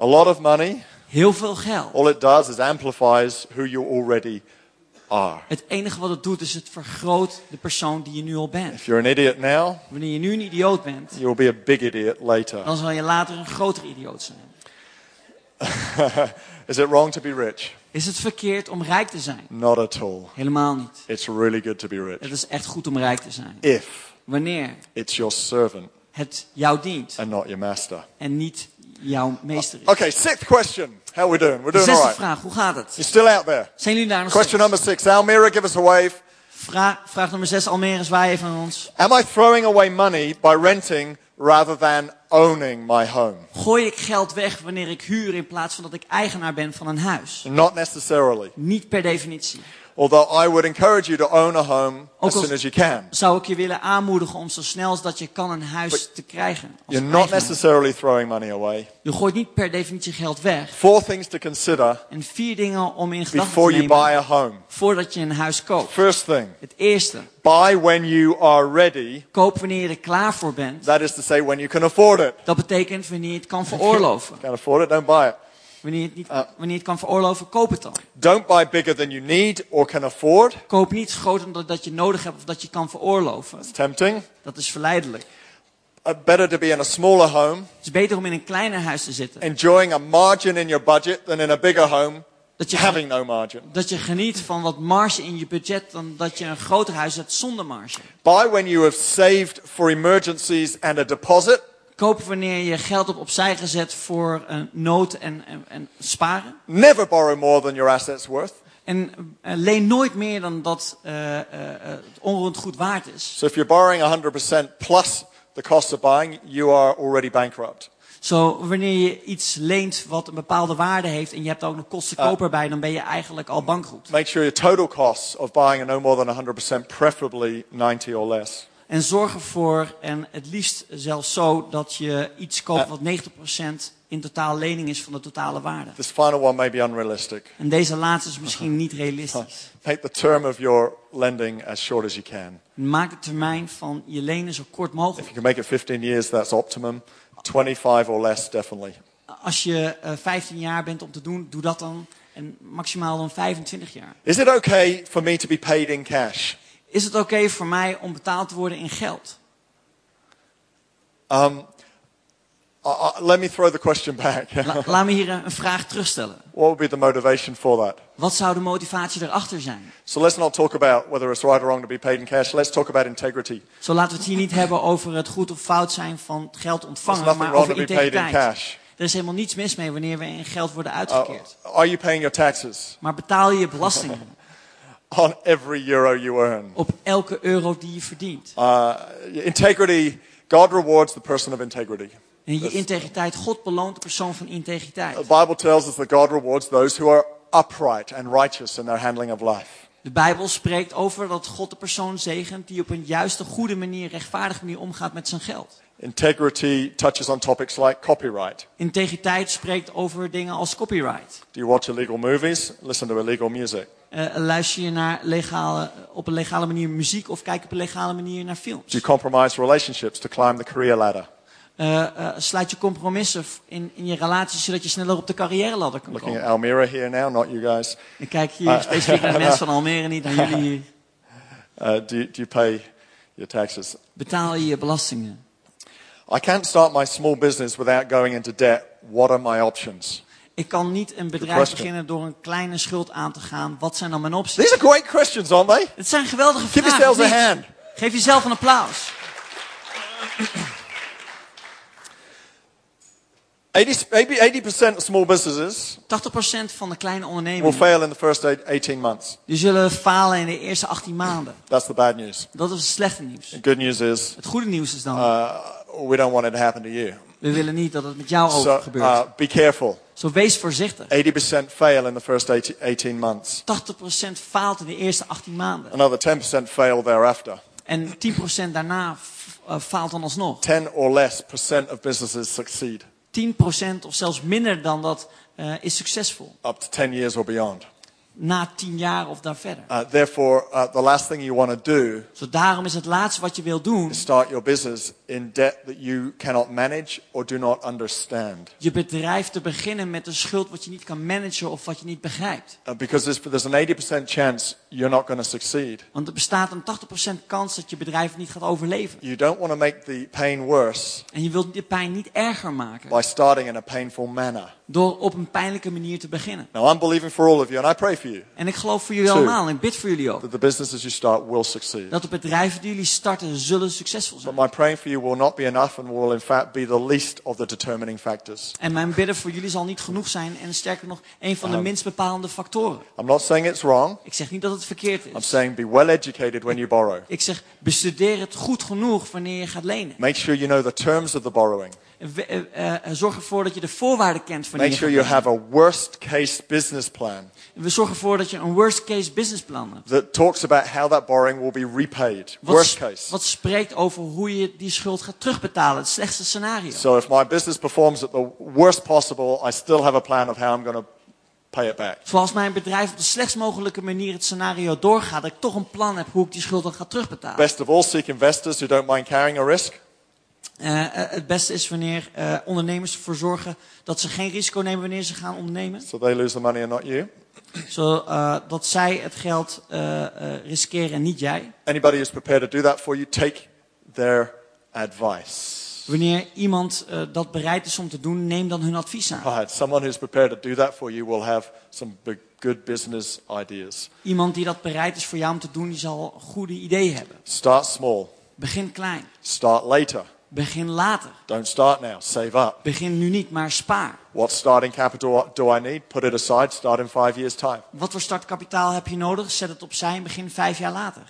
A: A lot of money,
B: Heel veel geld.
A: all it does is amplifies who you already are.
B: Het enige wat het doet is het vergroot de persoon die je nu al bent.
A: If you're an idiot now,
B: Wanneer je nu een idioot bent,
A: you'll be a big idiot later.
B: dan zal je later een groter idioot zijn.
A: Is it wrong to be rich?
B: Is het verkeerd om rijk te zijn?
A: Not at all.
B: Helemaal niet.
A: It's really good to be
B: Het
A: rich.
B: is echt goed om rijk te zijn.
A: If
B: Wanneer
A: it's your servant
B: het jou dient
A: and not your master.
B: en niet jouw meester is.
A: Okay, sixth question. How we doing? We're
B: De
A: doing all
B: zesde
A: right.
B: vraag, hoe gaat het?
A: You're still out there.
B: Zijn jullie daar nog
A: Question
B: steeds?
A: number six. Almira, give us a wave.
B: Vraag, vraag nummer zes, Almere, zwaai even aan ons.
A: Am I throwing away money by renting rather than owning my home?
B: Gooi ik geld weg wanneer ik huur in plaats van dat ik eigenaar ben van een huis?
A: Not necessarily.
B: Niet per definitie.
A: Although I would encourage you to own a home
B: Ook
A: as
B: als-
A: soon as you can.
B: Zou ik je willen aanmoedigen om zo snel als dat je kan een huis te krijgen? als
A: You're not
B: eigenaar.
A: necessarily throwing money away.
B: Je gooit niet per definitie geld weg.
A: Four things to consider
B: En vier dingen om in gedachten
A: before
B: te
A: you
B: nemen
A: buy a home.
B: voordat je een huis koopt.
A: First thing,
B: Het eerste,
A: buy when you are ready.
B: koop wanneer je er klaar voor bent.
A: That is to say, when you can afford it.
B: Dat betekent wanneer je het kan veroorloven.
A: Can't afford it, don't buy it.
B: Wanneer je het, niet,
A: Uh.
B: wanneer je het kan veroorloven, koop het dan.
A: Don't buy bigger than you need or can afford.
B: Koop niet groter dan dat je nodig hebt of dat je kan veroorloven.
A: It's tempting.
B: Dat is verleidelijk.
A: Uh, better to be in a smaller home,
B: Het is beter om in een kleiner huis te zitten.
A: enjoying a margin in your budget, than in a bigger home,
B: Dat je,
A: having no margin.
B: dat je geniet van wat marge in je budget dan dat je een groter huis hebt zonder marge.
A: Buy when you have saved for emergencies and a deposit.
B: Koop wanneer je geld op opzij gezet voor eh, nood en, en, en sparen.
A: Never borrow more than your assets worth.
B: En eh, leen nooit meer dan dat eh, eh, eh, het onroerend goed waard is.
A: So if you're borrowing 100% plus the cost of buying, you are already bankrupt.
B: Zo, wanneer je iets leent wat een bepaalde waarde heeft en je hebt daar ook nog kosten koper bij, dan ben je eigenlijk al bankroet.
A: Make sure your total costs of buying are no more than 100%, preferably 90 or less.
B: En zorg ervoor, en het liefst zelfs zo, dat je iets koopt wat 90% in totaal lening is van de totale waarde.
A: This final one may be unrealistic.
B: En deze laatste is misschien niet realistisch.
A: Make the term of your lending as short as you can.
B: Maak de termijn van je lenen zo kort
A: If
B: mogelijk.
A: you can make it 15 years, that's optimum. 25 or less, definitely.
B: Als je eh, 15 jaar bent om te doen, doe dat dan. En maximaal dan 25 jaar.
A: Is it okay for me to be paid in cash?
B: Is het oké voor mij om betaald te worden in geld?
A: Um, I- I- let me throw the question back.
B: La- laat me hier een een vraag terugstellen.
A: what would be the motivation for that?
B: Wat zou de motivatie erachter zijn?
A: So let's not talk about whether it's right or wrong to be paid in cash. Let's talk about integrity.
B: Zo laten we het hier niet hebben over het goed of fout zijn van het geld
A: There's
B: ontvangen,
A: nothing
B: maar
A: wrong
B: over
A: to be paid in
B: integriteit.
A: cash.
B: Er is helemaal niets mis mee wanneer we in geld worden
A: Uh,
B: uitgekeerd.
A: are you paying your taxes
B: Maar betaal je je belastingen
A: on every euro you earn?
B: op elke euro die je verdient.
A: Uh, integrity, God rewards the person of integrity.
B: En
A: dus-
B: je integriteit, God beloont de persoon van integriteit.
A: The Bible tells us that God rewards those who are upright and righteous in their handling of life.
B: De Bijbel spreekt over dat God de persoon zegent die op een juiste, goede manier, rechtvaardige manier omgaat met zijn geld.
A: Integrity touches on topics like copyright.
B: Integriteit spreekt over dingen als copyright.
A: Do you watch illegal movies? Listen to illegal music.
B: Eh, luister je naar legale, op een legale manier muziek of kijk je op een legale manier naar films?
A: Do you compromise relationships to climb the career ladder?
B: Eh, eh, sluit je compromissen in, in je relaties zodat je sneller op de carrière ladder kan
A: Looking at
B: komen?
A: Almira here now, not you guys.
B: Ik kijk hier specifiek naar de mensen van Almere, niet naar jullie hier.
A: Uh, do, you- do you pay your taxes?
B: Betaal je je belastingen?
A: I can't start my small business without going into debt. What are my options?
B: Ik kan niet een
A: Good
B: bedrijf
A: question.
B: beginnen door een kleine schuld aan te gaan. Wat zijn dan mijn opties?
A: These are great questions, aren't they?
B: Het zijn geweldige
A: Give
B: vragen.
A: yourselves a
B: niet?
A: hand.
B: Geef jezelf een applaus.
A: 80, maybe 80% of small businesses
B: 80% van de kleine
A: will
B: ondernemingen
A: fail in the first eight- 18 months.
B: die zullen falen in de eerste 18 maanden.
A: That's the bad news.
B: Dat is het slechte nieuws.
A: The good news is
B: Het goede nieuws is dan,
A: uh, we don't want it to happen to you.
B: we willen niet dat het met jou
A: So
B: over gebeurt.
A: uh, be careful.
B: Zo wees voorzichtig.
A: 80% fail in the first 80 18 months.
B: 80% faalt in de eerste 18 maanden.
A: Another 10% fail thereafter.
B: En 10% daarna f- eh, faalt dan alsnog.
A: 10 or less percent of businesses succeed
B: 10% of zelfs minder dan dat eh, is succesvol.
A: up to 10 years or beyond.
B: na tien jaar of daar verder.
A: Uh, therefore, uh, the last thing you want to do
B: Dus daarom is het laatste wat je wil doen,
A: is start your business in debt that you cannot manage or do not understand.
B: je bedrijf te beginnen met een schuld wat je niet kan managen of wat je niet begrijpt.
A: Uh, because there's, there's an 80% chance you're not going to succeed.
B: Want er bestaat een 80% kans dat je bedrijf niet gaat overleven.
A: You don't want to make the pain worse
B: En je wilt de pijn niet erger maken
A: by starting in a painful manner.
B: door op een pijnlijke manier te beginnen.
A: Now, I'm believing for all of you, and I pray for you,
B: En ik geloof voor jullie
A: Two.
B: allemaal en ik bid voor jullie ook.
A: that the businesses you start will succeed.
B: Dat de bedrijven die jullie starten zullen succesvol
A: But
B: zijn.
A: my praying for you will not be enough and will, in fact, be the least of the determining factors.
B: En mijn bidden voor jullie zal niet genoeg zijn en sterker nog, een van de minst bepalende factoren.
A: I'm not saying it's wrong.
B: Ik zeg niet dat het verkeerd
A: I'm
B: is.
A: saying be well educated when you borrow.
B: Ik zeg, bestudeer het goed genoeg wanneer je gaat lenen.
A: Make sure you know the terms of the borrowing.
B: We- eh, eh, eh, Zorg ervoor dat je de voorwaarden kent wanneer
A: Make
B: je
A: sure you
B: gaat lenen.
A: have a worst case business plan
B: We zorgen ervoor dat je een worst case businessplan hebt.
A: that talks about how that borrowing will be repaid. Worst
B: Wat,
A: case.
B: wat spreekt over hoe je die schuld gaat terugbetalen, het slechtste scenario.
A: So if my business performs at the worst possible, I still have a plan of how I'm going to pay it back.
B: Zoals mijn bedrijf op de slechtst mogelijke manier het scenario doorgaat, dat ik toch een plan heb hoe ik die schuld dan ga terugbetalen.
A: Best of all, seek investors who don't mind carrying a risk.
B: Eh, eh, het beste is wanneer eh, ondernemers ervoor zorgen dat ze geen risico nemen wanneer ze gaan ondernemen.
A: So they lose the money and not you.
B: Zodat dat zij het geld eh, eh, riskeren en niet jij.
A: Anybody who's prepared to do that for you, take their advice.
B: Wanneer iemand eh, dat bereid is om te doen, neem dan hun advies aan.
A: Right, someone who's prepared to do that for you will have some big, good business ideas.
B: Iemand die dat bereid is voor jou om te doen, die zal goede ideeën hebben.
A: Start small.
B: Begin klein.
A: Start later.
B: Begin later.
A: Don't start now. Save up.
B: Begin nu niet, maar spaar.
A: What starting capital do I need? Put it aside. Start in five years' time.
B: Wat voor startkapitaal heb je nodig? Zet het opzij en begin vijf jaar later.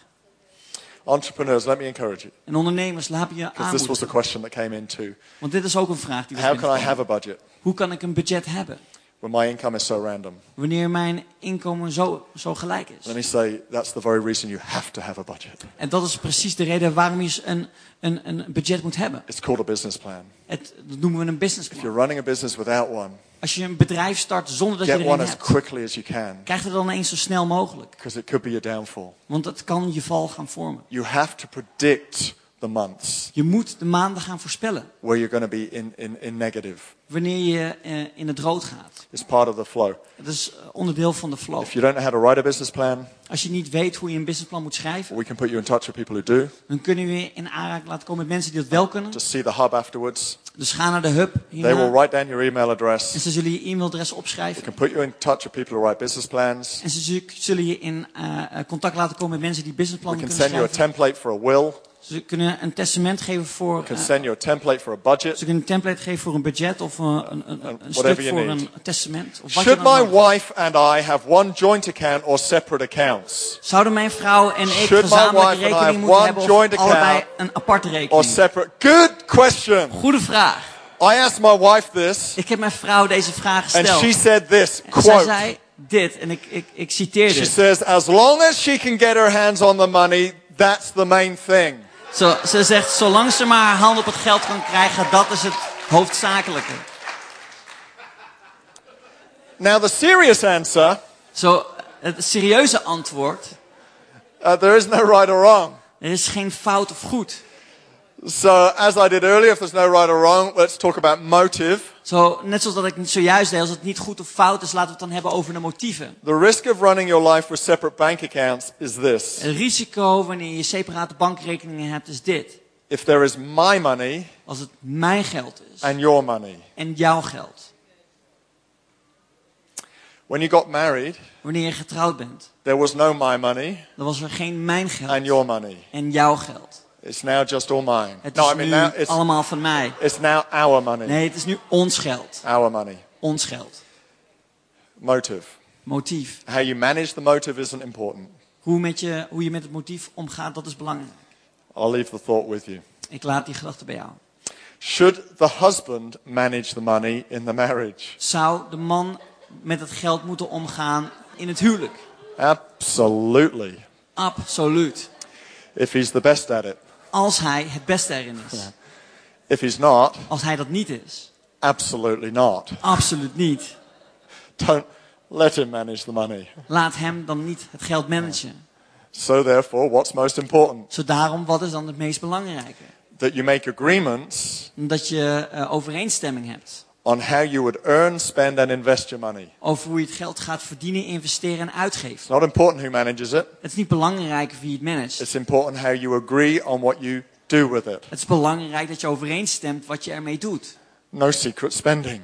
A: Entrepreneurs, let me encourage you
B: En ondernemers, laat me je
A: because this was the
B: aanmoedigen.
A: question that came in too.
B: Want dit is ook een vraag die we
A: How can I have a budget
B: Hoe kan ik een budget hebben?
A: when my income is so random?
B: Wanneer mijn inkomen zo, zo gelijk is.
A: Let me say that's the very reason you have to have a budget.
B: En dat is precies de reden waarom je een, een, een budget moet hebben.
A: It's called a business plan.
B: Het, dat noemen we een
A: If you're
B: businessplan.
A: running a business without one,
B: Als je een bedrijf start zonder dat je
A: get
B: er
A: one as
B: een hebt,
A: quickly as you can
B: krijg er dan eens zo snel mogelijk.
A: because it could be your downfall.
B: Want dat kan je val gaan vormen.
A: You have to predict the months
B: Je moet de maanden gaan voorspellen
A: where you're going to be in, in, in negative.
B: wanneer je eh, in het rood gaat.
A: It's part of the flow.
B: Dat is eh, onderdeel van de flow.
A: If you don't know how to write a business plan,
B: Als je niet weet hoe je een businessplan moet schrijven,
A: we can put you in touch with people who do.
B: dan kunnen we je in aanraking laten komen met mensen die dat wel kunnen.
A: Just see the hub afterwards.
B: Dus ga naar de hub
A: They will
B: hierna
A: write down your email
B: en
A: address.
B: ze zullen je e-mailadres
A: We
B: opschrijven.
A: can put you in touch with people who write business plans.
B: En ze zu- zullen je in eh, eh, contact laten komen met mensen die
A: We
B: businessplannen
A: can
B: kunnen
A: send you a
B: schrijven.
A: template for a will.
B: Ze kunnen een testament geven voor.
A: We can
B: eh,
A: send you a template for a budget.
B: ze kunnen een template geven voor een budget of eh, een, een, een,
A: whatever
B: stuk
A: you
B: voor
A: need.
B: een testament. Of wat je
A: Should
B: dan
A: my
B: ook.
A: wife and I have one joint account or separate accounts?
B: Zouden mijn vrouw en ik
A: Should my wife
B: gezamenlijk
A: and I
B: rekening
A: have
B: moeten
A: one
B: hebben of
A: joint account
B: allebei een aparte
A: Or
B: rekening?
A: separate? Good question.
B: Goede vraag.
A: I asked my wife this,
B: Ik heb mijn vrouw deze vraag
A: and
B: gesteld.
A: she said this
B: en zij
A: quote.
B: zei dit, en ik, ik, ik citeer
A: She
B: dit.
A: says, as long as she can get her hands on the money, that's the main thing.
B: Zo, ze zegt, zolang ze maar haar hand op het geld kan krijgen, dat is het hoofdzakelijke.
A: Now, the serious answer
B: Zo, het serieuze antwoord,
A: uh, there is no right or wrong.
B: er is geen fout of goed.
A: So, as I did earlier, if there's no right or wrong, let's talk about motive.
B: Zo, net zoals dat ik zojuist deed, als het niet goed of fout is, laten we het dan hebben over de motieven.
A: The risk of running your life with separate bank accounts is this.
B: Het risico wanneer je separate bankrekeningen hebt is dit.
A: If there is my money
B: Als het mijn geld is
A: and your money.
B: en jouw geld.
A: When you got married,
B: Wanneer je getrouwd bent,
A: there was no my money
B: dan was er geen mijn
A: and
B: geld
A: your money.
B: en jouw geld.
A: It's now just all mine.
B: Het
A: No, Nou, I
B: is
A: mean, now
B: nu
A: it's,
B: allemaal van mij.
A: it's now our money.
B: Nee, het is nu ons geld.
A: Our money.
B: Ons geld.
A: Motive.
B: Motief.
A: How you manage the motive isn't important.
B: Hoe, met je, hoe je met het motief omgaat, dat is belangrijk.
A: I'll leave the thought with you.
B: Ik laat die gedachte bij jou.
A: Should the husband manage the money in the marriage?
B: Zou de man met het geld moeten omgaan in het huwelijk?
A: Absolutely.
B: Absoluut.
A: If he's the best at it.
B: Als hij het beste erin is.
A: If he's not,
B: Als hij dat niet is.
A: absolutely not.
B: Absoluut niet.
A: Don't let him manage the money.
B: Laat hem dan niet het geld managen.
A: So, therefore, what's most important?
B: Zo daarom, wat is dan het meest belangrijke?
A: That you make agreements
B: Dat je eh, overeenstemming hebt
A: on how you would earn, spend, and invest your money.
B: over hoe je het geld gaat verdienen, investeren en uitgeven.
A: It's not important who manages it,
B: Het is niet belangrijk wie het managt.
A: it's important how you agree on what you do with it.
B: Het is belangrijk dat je overeenstemt wat je ermee doet.
A: No secret spending,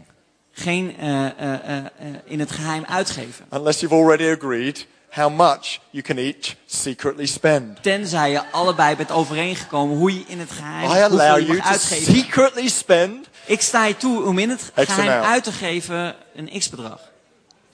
B: Geen eh, eh, eh, eh, in het geheim uitgeven.
A: unless you've already agreed how much you can each secretly spend.
B: Tenzij je allebei bent overeengekomen hoe je in het geheim
A: I
B: hoeveel
A: allow
B: je
A: you
B: mag
A: to
B: uitgeven.
A: secretly spend.
B: Ik sta je toe om in het
A: X
B: geheim
A: amount.
B: uit te geven een x-bedrag.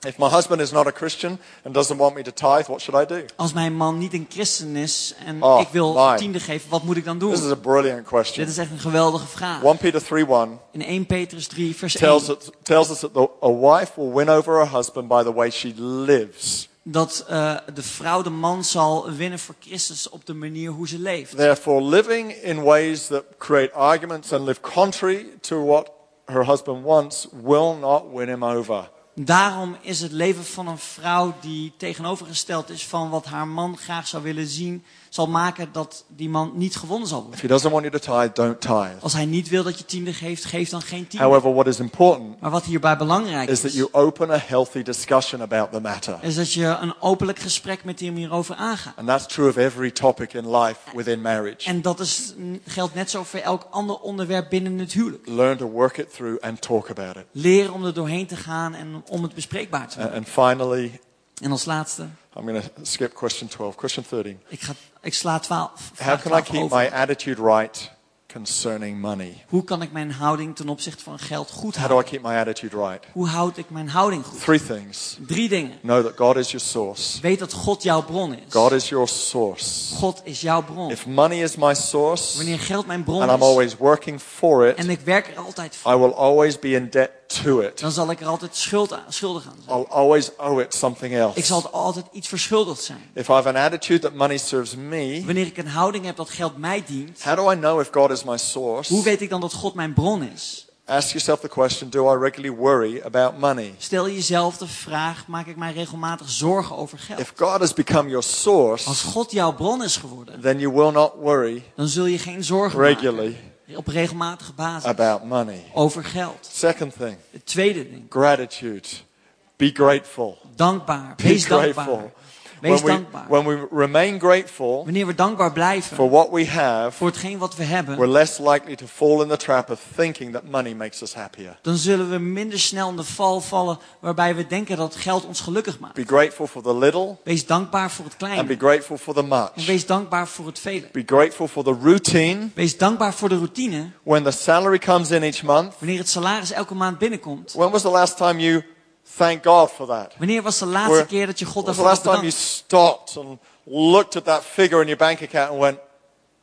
A: If my husband is not a Christian and doesn't want me to tithe, what should I do?
B: Als mijn man niet een christen is en
A: Oh,
B: ik wil
A: my.
B: tiende geven, wat moet ik dan
A: This is
B: doen?
A: a brilliant
B: Dit
A: question.
B: is echt een geweldige vraag.
A: 1 Peter 3 1
B: In 1 Petrus 3 vers 1
A: tells us, tells us that the, a wife will win over her husband by the way she lives.
B: dat eh, de vrouw de man zal winnen voor Christus op de manier hoe ze leeft.
A: Therefore, living in ways that create arguments and live contrary to what her husband wants will not win him over.
B: Daarom is het leven van een vrouw die tegenovergesteld is van wat haar man graag zou willen zien, zal maken dat die man niet gewonnen zal worden.
A: If he doesn't want you to tithe, don't tithe.
B: Als hij niet wil dat je tiende geeft, geef dan geen tiende.
A: However, what is important
B: Maar wat hierbij belangrijk
A: is that
B: is,
A: you open a healthy discussion about the matter.
B: is dat je een openlijk gesprek met hem hierover aangaat.
A: And that's true of every topic in life within marriage.
B: En dat is, mm, geldt net zo voor elk ander onderwerp binnen het huwelijk.
A: Learn to work it through and talk about it.
B: Leren om er doorheen te gaan en om het bespreekbaar te
A: A-
B: maken.
A: And finally,
B: En als laatste,
A: I'm going to skip question 12. Question 13.
B: ik, ga, ik sla 12.
A: How
B: vraag
A: can I
B: 12
A: keep
B: over.
A: my attitude right concerning money?
B: Hoe kan ik mijn houding ten opzichte van geld goed
A: How do I
B: houden?
A: keep my attitude right?
B: Hoe houd ik mijn houding goed?
A: Three things.
B: Drie dingen.
A: Know that God is your source.
B: Weet dat God jouw bron is.
A: God is your source.
B: God is jouw bron.
A: If money is my source
B: Wanneer
A: and
B: geld mijn bron
A: I'm
B: is
A: always working for
B: en
A: it,
B: ik werk er altijd voor,
A: I will always be in debt to it.
B: dan zal ik er altijd schuld aan- schuldig aan zijn.
A: I'll always owe it something
B: Ik
A: else.
B: zal er altijd iets verschuldigd zijn.
A: If I have an attitude that money serves me,
B: Wanneer ik een houding heb dat geld mij dient,
A: how do I know if God is my source?
B: hoe weet ik dan dat God mijn bron is?
A: Ask yourself the question do I regularly worry about money?
B: Stel jezelf de vraag, maak ik mij regelmatig zorgen over geld?
A: If God has become your
B: Als
A: source,
B: God jouw bron is geworden,
A: then you will not worry
B: dan zul je geen zorgen
A: regularly
B: maken. Op regelmatige basis.
A: about money.
B: Over geld.
A: Second thing,
B: Het tweede ding.
A: gratitude. Be grateful.
B: Dankbaar.
A: Be
B: Wees dankbaar.
A: grateful.
B: Wees
A: When we,
B: dankbaar.
A: when we remain grateful
B: Wanneer we dankbaar
A: for
B: blijven
A: what we have,
B: voor hetgeen wat we
A: we're
B: hebben,
A: less likely to fall in the trap of thinking that money makes us happier.
B: dan zullen we minder snel in de val vallen waarbij we denken dat geld ons gelukkig maakt.
A: Be grateful for the little
B: Wees dankbaar voor het
A: and be
B: kleine.
A: grateful for the
B: En
A: much.
B: wees dankbaar voor het vele.
A: Be grateful for the routine
B: Wees dankbaar voor de routine.
A: when the salary comes in each month.
B: Wanneer het salaris elke maand binnenkomt.
A: When was the last time you thanked God for that?
B: Wanneer was de
A: Where-
B: laatste keer dat je God
A: When was the
B: daarvoor had
A: last time you
B: bedankt?
A: stopped and looked at that figure in your bank account and went,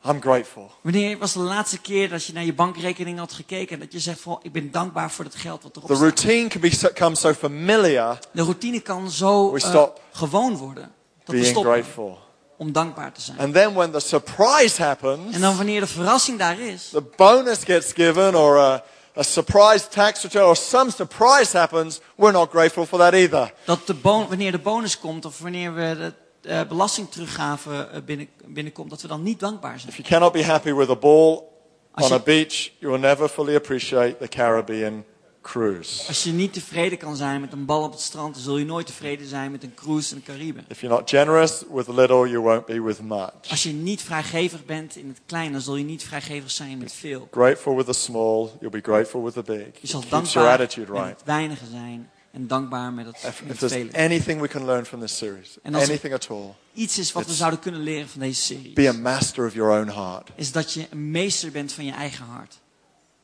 A: I'm grateful?
B: Wanneer was de laatste keer dat je naar je bankrekening had gekeken en dat je zegt van ik ben dankbaar voor het geld wat erop
A: The
B: staat.
A: routine can become so familiar
B: De routine kan zo
A: We
B: eh,
A: stop
B: gewoon worden. Dat we
A: being
B: stoppen
A: grateful.
B: om dankbaar te zijn.
A: And then when the surprise happens,
B: En dan wanneer de verrassing daar is,
A: the bonus gets given or a, a surprise tax return or some surprise happens, we're not grateful for that either.
B: dat de bon- wanneer de bonus komt of wanneer we de eh, belastingteruggave eh, binnen- binnenkomt, dat we dan niet dankbaar zijn.
A: If you cannot be happy with a ball
B: Als
A: on
B: je-
A: a beach, you will never fully appreciate the Caribbean cruise.
B: Als je niet tevreden kan zijn met een bal op het strand, dan zul je nooit tevreden zijn met een cruise in de Cariben.
A: If you're not generous with little, you won't be with much.
B: Als je niet vrijgevig bent in het klein, dan zul je niet vrijgevig zijn met veel.
A: Grateful with the small, you'll be grateful with the big.
B: Je zal
A: It keeps your
B: dankbaar
A: attitude
B: met
A: right.
B: het weinige zijn en dankbaar met het,
A: If,
B: met
A: if
B: het
A: there's
B: vele.
A: anything we can learn from this series,
B: En als-
A: anything at all,
B: Iets is wat we
A: it's-
B: zouden kunnen leren van deze
A: be a
B: serie,
A: master of your own heart.
B: is dat je een meester bent van je eigen hart.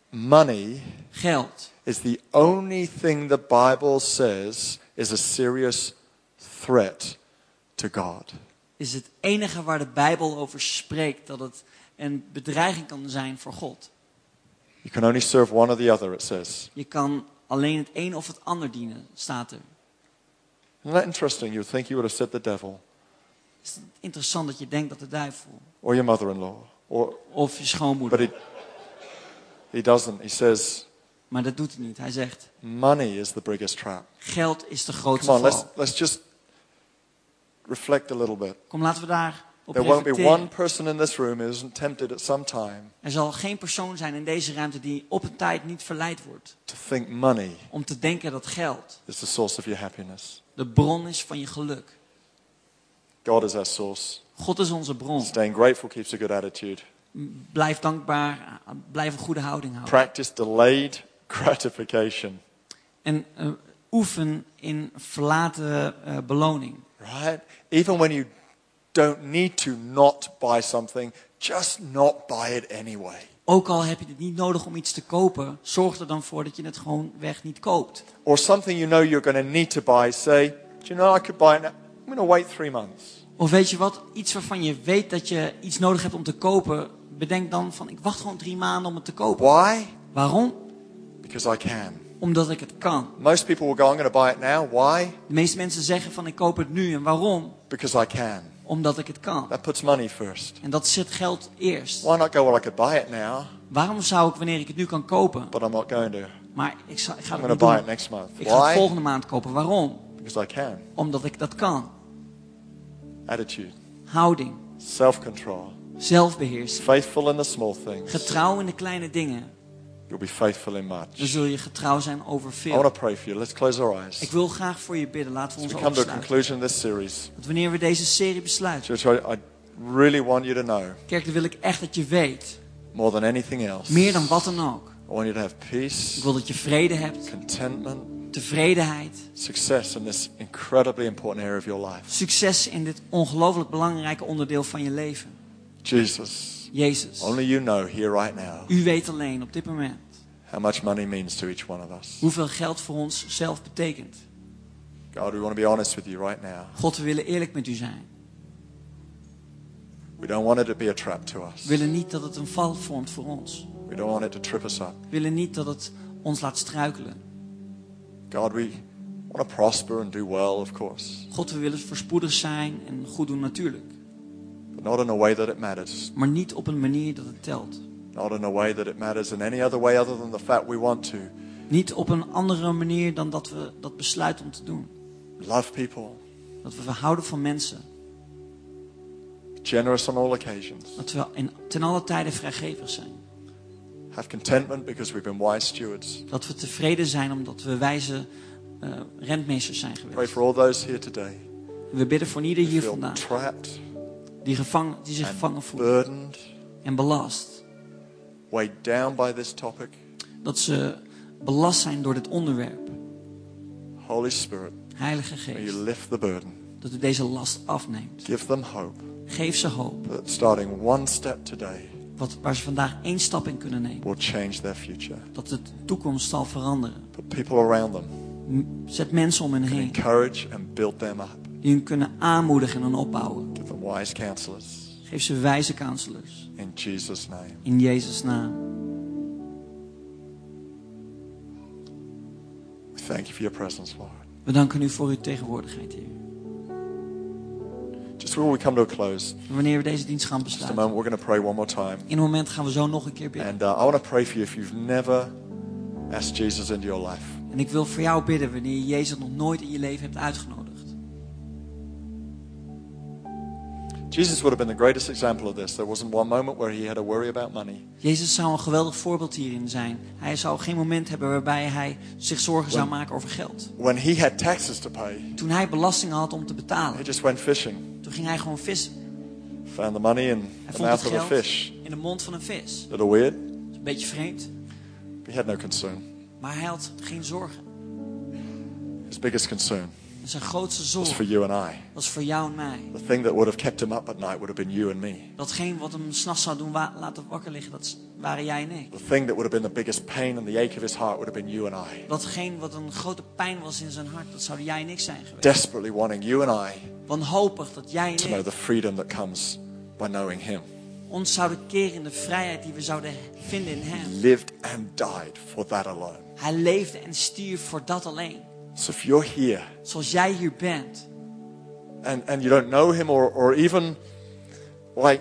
A: Money
B: Geld
A: is the only thing the Bible says is a serious threat to God.
B: is het enige waar de Bijbel over spreekt dat het een bedreiging kan zijn voor God.
A: You can only serve one or the other, it says.
B: Je kan alleen het een of het ander dienen, staat er.
A: Isn't that interesting? You would think you would have said the devil,
B: Is het interessant dat je denkt dat de duivel
A: or your mother in law, or
B: of je
A: But
B: schoonmoeder.
A: he, he doesn't. He says,
B: Maar dat doet hij niet. Hij zegt,
A: Money is the biggest trap.
B: geld is de
A: Come
B: grootste
A: on, let's,
B: val.
A: let's just reflect a little bit.
B: Kom, laten we daar op
A: There won't be one
B: reflecteren.
A: person in this room who isn't tempted at some time
B: Er zal geen persoon zijn in deze ruimte die op een tijd niet verleid wordt.
A: to think money
B: Om te denken dat geld
A: is the source of your happiness.
B: de bron is van je geluk.
A: God is our source.
B: God is onze bron.
A: Staying grateful keeps a good attitude.
B: Blijf dankbaar, blijf een goede houding houden.
A: Practice delayed gratification,
B: En eh, oefen in verlaten eh, beloning.
A: right? Even when you don't need to not buy something, just not buy it anyway.
B: Ook al heb je het niet nodig om iets te kopen, zorg er dan voor dat je het gewoon weg niet koopt.
A: Or something you know you're going to need to buy, say, Do you know I could buy it now? I'm going to wait three months.
B: Of weet je wat, iets waarvan je weet dat je iets nodig hebt om te kopen, bedenk dan van ik wacht gewoon drie maanden om het te kopen.
A: Why?
B: Waarom?
A: Because I can.
B: Omdat ik het kan.
A: Most people will go, I'm going to buy it now. Why?
B: De meeste mensen zeggen van ik koop het nu en waarom?
A: Because I can.
B: Omdat ik het kan.
A: That puts money first.
B: En dat zit geld eerst.
A: Why not go, well, I could buy it now,
B: Waarom zou ik wanneer ik het nu kan kopen,
A: but I'm not going to.
B: maar ik, zal- ik ga
A: I'm
B: het
A: going to buy
B: niet
A: it
B: doen.
A: next month.
B: Ik ga het
A: Why?
B: volgende maand kopen. Waarom?
A: Because I can.
B: Omdat ik dat kan.
A: Attitude,
B: Houding,
A: self control,
B: zelfbeheersing,
A: faithful in the small things.
B: getrouw in de kleine dingen.
A: You'll be faithful in
B: Dan
A: much.
B: zul je getrouw zijn over
A: I want
B: veel.
A: to pray for you. Let's close our eyes.
B: Ik wil graag voor je bidden. Laten we
A: As
B: ons
A: we come to a
B: opsluiten.
A: conclusion of this series,
B: Want wanneer we deze serie besluiten,
A: church, I, I really want you to know
B: kerk, dan wil ik echt dat je weet,
A: more than anything else.
B: meer dan
A: I
B: wat dan ook.
A: want you to have
B: Ik
A: peace,
B: wil dat je vrede hebt,
A: contentment,
B: tevredenheid,
A: success in this incredibly important area of your life.
B: succes in dit ongelooflijk belangrijke onderdeel van je leven.
A: Jesus,
B: Jezus,
A: only you know here right now
B: u weet alleen op dit moment
A: how much money means to each one of us.
B: hoeveel geld voor ons zelf betekent.
A: God, we want to be honest with you right now.
B: God, we willen eerlijk met u zijn.
A: We don't want it to be a trap to us.
B: We willen niet dat het een val vormt voor ons.
A: We don't want it to trip us up.
B: We willen niet dat het ons laat struikelen.
A: God, we want to prosper and do well, of course,
B: God, we willen voorspoedig zijn en goed doen natuurlijk.
A: but not in a way that it matters.
B: Maar niet op een manier dat het telt.
A: Not in a way that it matters in any other way other than the fact we want to
B: Niet op een andere manier dan dat we dat besluiten om te doen.
A: love people,
B: Dat we verhouden van mensen.
A: generous on all occasions,
B: Dat we in, ten alle tijde vrijgevig zijn.
A: have contentment because we've been wise stewards.
B: Dat we tevreden zijn omdat we wijze eh, rentmeesters zijn
A: Pray
B: geweest.
A: for all those here today
B: We bidden voor ieder
A: who
B: hier
A: feel
B: vandaag
A: trapped,
B: die, gevangen, die zich gevangen voelt
A: burdened,
B: en belast.
A: weighed down by this topic.
B: Dat ze belast zijn door dit onderwerp.
A: Holy Spirit,
B: Heilige
A: may you
B: Geest,
A: lift the burden,
B: dat u deze last afneemt.
A: give them hope
B: Geef ze hoop,
A: that starting one step today
B: wat, waar ze vandaag één stap in kunnen nemen.
A: will change their future.
B: dat de toekomst zal veranderen.
A: Put people around them,
B: M- Zet mensen om hen heen
A: encourage and build them up.
B: die hun kunnen aanmoedigen en opbouwen.
A: Give them wise counselors.
B: Geef ze wijze counselors
A: In Jesus' name.
B: in Jezus' naam.
A: We thank you for your presence, Lord.
B: We danken u voor uw tegenwoordigheid, Heer.
A: Just before we come to a close,
B: En wanneer we deze dienst gaan
A: just a
B: besluiten,
A: moment, we're going to pray one more time.
B: in een moment gaan we zo nog een keer bidden.
A: And uh, I want to pray for you if you've never asked Jesus into your life.
B: En ik wil voor jou bidden wanneer je Jezus nog nooit in je leven hebt uitgenodigd.
A: Jesus would have been the greatest example of this. There wasn't one moment where he had to worry about money.
B: Jezus zou een geweldig voorbeeld hierin zijn. Hij zou geen moment hebben waarbij hij zich zorgen zou maken over geld.
A: When he had taxes to pay,
B: Toen hij belastingen had om te betalen,
A: he just went fishing,
B: toen ging hij gewoon vissen.
A: found the money in
B: Hij
A: the
B: vond het
A: mouth of a
B: geld
A: fish.
B: in de mond van een vis.
A: Little weird.
B: Dat is een beetje vreemd.
A: He had no concern.
B: Maar hij had geen zorgen.
A: His biggest concern
B: En zijn grootste
A: was for
B: zorg
A: you and I.
B: was voor jou en mij.
A: The thing that would have kept him up at night would have been you and me.
B: Datgene wat hem s'nachts zou doen wa- laten wakker liggen, dat s- waren jij en ik.
A: The thing that would have been the biggest pain and the ache of his heart would have been you and I.
B: Datgene wat een grote pijn was in zijn hart, dat zouden jij en ik zijn geweest.
A: desperately wanting you and I
B: Wanhopig dat jij
A: to
B: en
A: know
B: ik
A: the freedom that comes by knowing Him.
B: ons zouden keren in de vrijheid die we zouden he- vinden in hem.
A: Lived and died for that alone.
B: Hij leefde en stierf voor dat alleen.
A: So if you're here
B: Zoals jij hier bent.
A: and, and you don't know Him or, or even like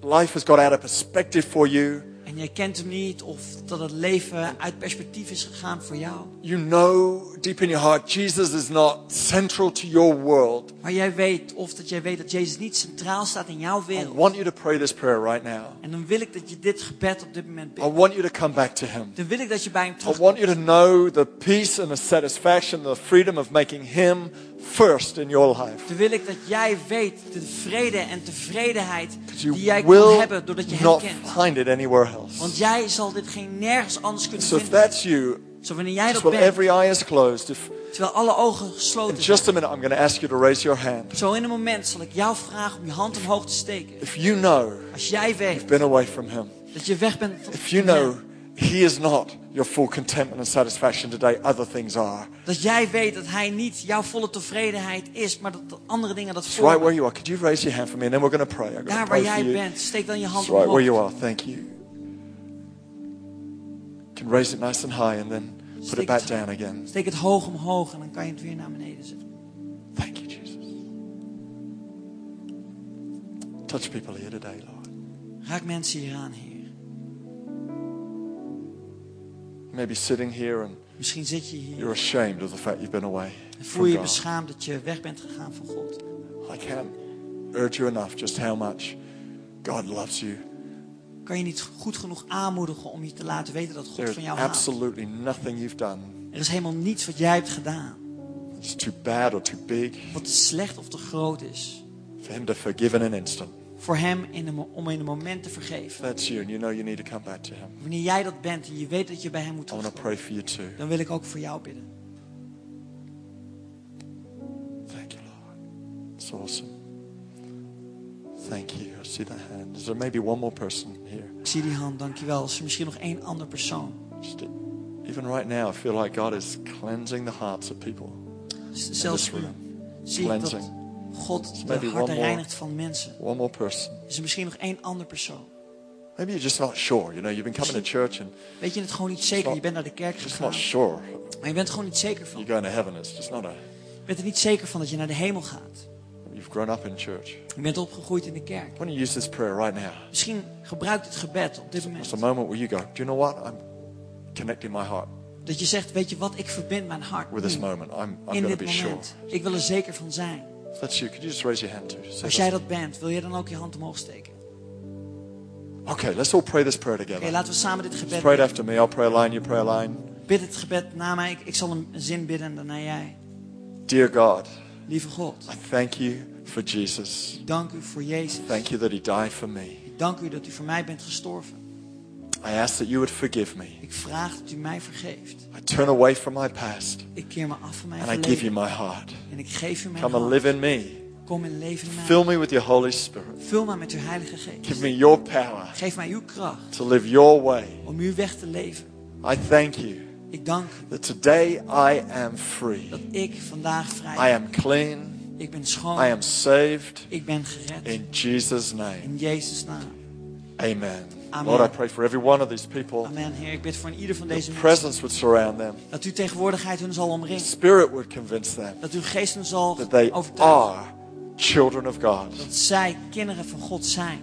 A: life has got out of perspective for you,
B: En en jij kent hem niet of dat het leven uit perspectief is gegaan voor jou.
A: You know deep in your heart Jesus is not central to your world.
B: Maar jij weet of dat jij weet dat Jezus niet centraal staat in jouw
A: I
B: wereld.
A: want you to pray this prayer right now.
B: En dan wil ik dat je dit gebed op dit moment
A: I
B: bidt.
A: want you to come back to Him.
B: Dan wil ik dat je bij hem
A: I
B: terugkomt.
A: want you to know the peace and the satisfaction, the freedom of making Him first in your life.
B: Dan wil ik dat jij weet de vrede en tevredenheid
A: You
B: die jij kan
A: will
B: hebben doordat je hem
A: not
B: kent.
A: find it anywhere
B: Want
A: else.
B: jij zal dit geen nergens anders kunnen
A: So if
B: vinden.
A: that's you,
B: Zo wanneer jij
A: just
B: dat
A: while
B: bent,
A: every eye is closed, if
B: terwijl alle ogen
A: in
B: gesloten zijn.
A: just a minute I'm going to ask you to raise your hand.
B: Zo in een moment zal ik jou vragen om je hand omhoog te steken.
A: If you know
B: Als jij weet
A: you've been away from Him,
B: dat je weg bent van
A: if you know He is not your full contentment and satisfaction today, other things are.
B: Dat jij weet dat hij niet jouw volle tevredenheid is, maar dat de andere dingen dat
A: It's right where
B: vormen.
A: you are. Could you raise your hand for me and then we're going to pray. I'm going to
B: Daar waar
A: pray for
B: jij
A: you.
B: bent, steek dan je hand
A: It's right where you
B: omhoog.
A: are. Thank you. You can raise it nice and high and then put it
B: Stick
A: back
B: it.
A: down again.
B: Steek het hoog omhoog en dan kan je het weer naar beneden zetten.
A: Thank you, Jesus. Touch people here today, Lord.
B: Raak mensen hier aan, Heer.
A: Maybe sitting here and
B: Misschien zit je hier
A: you're ashamed of the fact you've been away.
B: en voel
A: from
B: je je
A: God.
B: beschaamd dat je weg bent gegaan van God.
A: I can't urge you enough just how much God loves you.
B: Kan je niet goed genoeg aanmoedigen om je te laten weten dat God
A: There's
B: van jou houdt.
A: absolutely nothing you've done
B: Er is helemaal niets wat jij hebt gedaan.
A: that's too bad or too big
B: Wat te slecht of te groot is.
A: for Him to forgive in an instant.
B: Voor hem in een, mo- om in een moment te vergeven.
A: That's you, and you know you need to come back to Him.
B: Wanneer jij dat bent en je weet dat je bij hem moet
A: I want to pray
B: terugkomen.
A: for you too.
B: Dan wil ik ook voor jou bidden.
A: Thank you, Lord. It's awesome. Thank you. I see the hand. Is there maybe one more person here?
B: Ik zie die hand, dankjewel. Is er misschien nog één ander persoon?
A: Just, even right now, I feel like God is cleansing the hearts of people.
B: Z- Zelfs
A: this
B: nu zie ik dat
A: Cleansing.
B: God
A: maybe
B: de
A: one
B: harten
A: more.
B: reinigt van mensen.
A: One more person.
B: Is er misschien nog één ander persoon?
A: Maybe you're just not sure. You know, you've been coming to church and
B: Weet je het gewoon niet zeker?
A: not-
B: Je bent naar de kerk
A: just
B: gegaan,
A: not sure
B: maar je bent er gewoon niet zeker van.
A: you're going to heaven. It's just not a.
B: Je bent er niet zeker van dat je naar de hemel gaat.
A: You've grown up in church.
B: Je bent opgegroeid in de kerk.
A: Why don't you use this prayer right now?
B: Misschien gebruik dit gebed op dit moment.
A: It's a moment where you go, Do you know what? I'm connecting my heart
B: Dat je zegt, weet je wat, ik verbind mijn hart
A: with this
B: nu,
A: moment. I'm, I'm
B: Mm. in
A: going to
B: dit
A: be sure.
B: moment. Ik wil er zeker van zijn.
A: If that's you, could you just raise your hand too? Say
B: Als
A: that's
B: jij
A: me.
B: dat bent, wil je dan ook je hand omhoog steken? Oké,
A: Okay, let's all pray this prayer together.
B: laten we samen dit gebed
A: Pray it
B: bidden.
A: after me. I'll pray a line, you pray a line.
B: Bid het gebed na mij. Ik, ik zal een een zin bidden en daarna jij.
A: Dear God,
B: Lieve God,
A: I thank you for Jesus.
B: ik dank u voor Jezus.
A: Thank you that he died for me.
B: Ik dank u dat u voor mij bent gestorven.
A: I ask that you would forgive me.
B: Ik vraag dat u mij vergeeft.
A: I turn away from my past
B: Ik keer me af van mijn
A: and I give you
B: verleden.
A: my heart.
B: En ik geef u mijn
A: Come and
B: hart.
A: live in me.
B: Kom en leef in mij.
A: Fill me with your Holy Spirit.
B: Vul mij met uw heilige
A: Give
B: geest.
A: me your power
B: Geef mij uw kracht
A: to live your way.
B: om uw weg te leven.
A: I thank you
B: Ik dank u
A: that today I am free.
B: dat ik vandaag
A: I
B: vrij
A: am clean.
B: ben. Ik ben
A: I
B: schoon.
A: am saved
B: Ik ben gered.
A: in Jesus' name.
B: In Jezus' naam.
A: Amen.
B: Amen.
A: Lord, I pray for every one of these people.
B: Amen, Heer. Ik bid voor ieder van deze
A: Your
B: mensen
A: presence would surround them.
B: dat uw tegenwoordigheid hun zal
A: Your
B: omringen.
A: spirit would convince them
B: Dat uw geest hen zal
A: that they
B: overtuigen.
A: are children of God.
B: Dat zij kinderen van God zijn.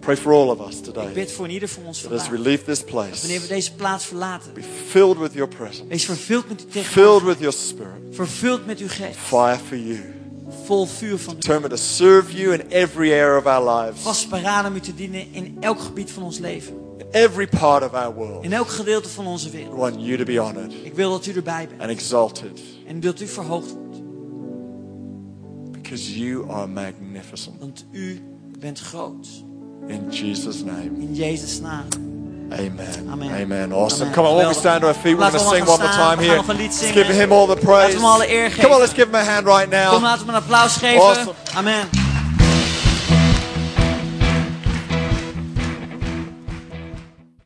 A: Pray for all of us
B: Ik
A: today
B: bid voor ieder van ons
A: that as
B: vandaag.
A: we leave this
B: Wanneer we
A: place,
B: deze plaats verlaten.
A: be filled with your presence,
B: Wees vervuld met uw
A: filled
B: tegenwoordigheid.
A: with your spirit,
B: Vervuld met uw geest.
A: fire for you,
B: Vol vuur van u.
A: determined to serve you in every area of our lives,
B: Vast paraat om u te dienen in elk gebied van ons leven.
A: in every part of our world.
B: In elk gedeelte van onze
A: We
B: wereld.
A: want you to be honored
B: Ik wil dat u erbij bent.
A: and exalted
B: En dat u verhoogd wordt.
A: because you are magnificent.
B: Want u bent groot.
A: In Jesus' name,
B: In Jezus' naam.
A: amen.
B: Amen.
A: Awesome.
B: Amen.
A: Come on, while we
B: Geweldig.
A: stand to our feet, we're
B: Laten
A: going to
B: we
A: sing
B: allemaal
A: one
B: gaan
A: more time
B: staan. We gaan
A: here.
B: nog een lied
A: Let's give
B: zingen.
A: him all the
B: Laten we
A: praise.
B: hem alle eer
A: Come on,
B: geven.
A: let's give him a hand right now.
B: Kom, laten we hem een applaus geven.
A: Awesome.
B: Amen.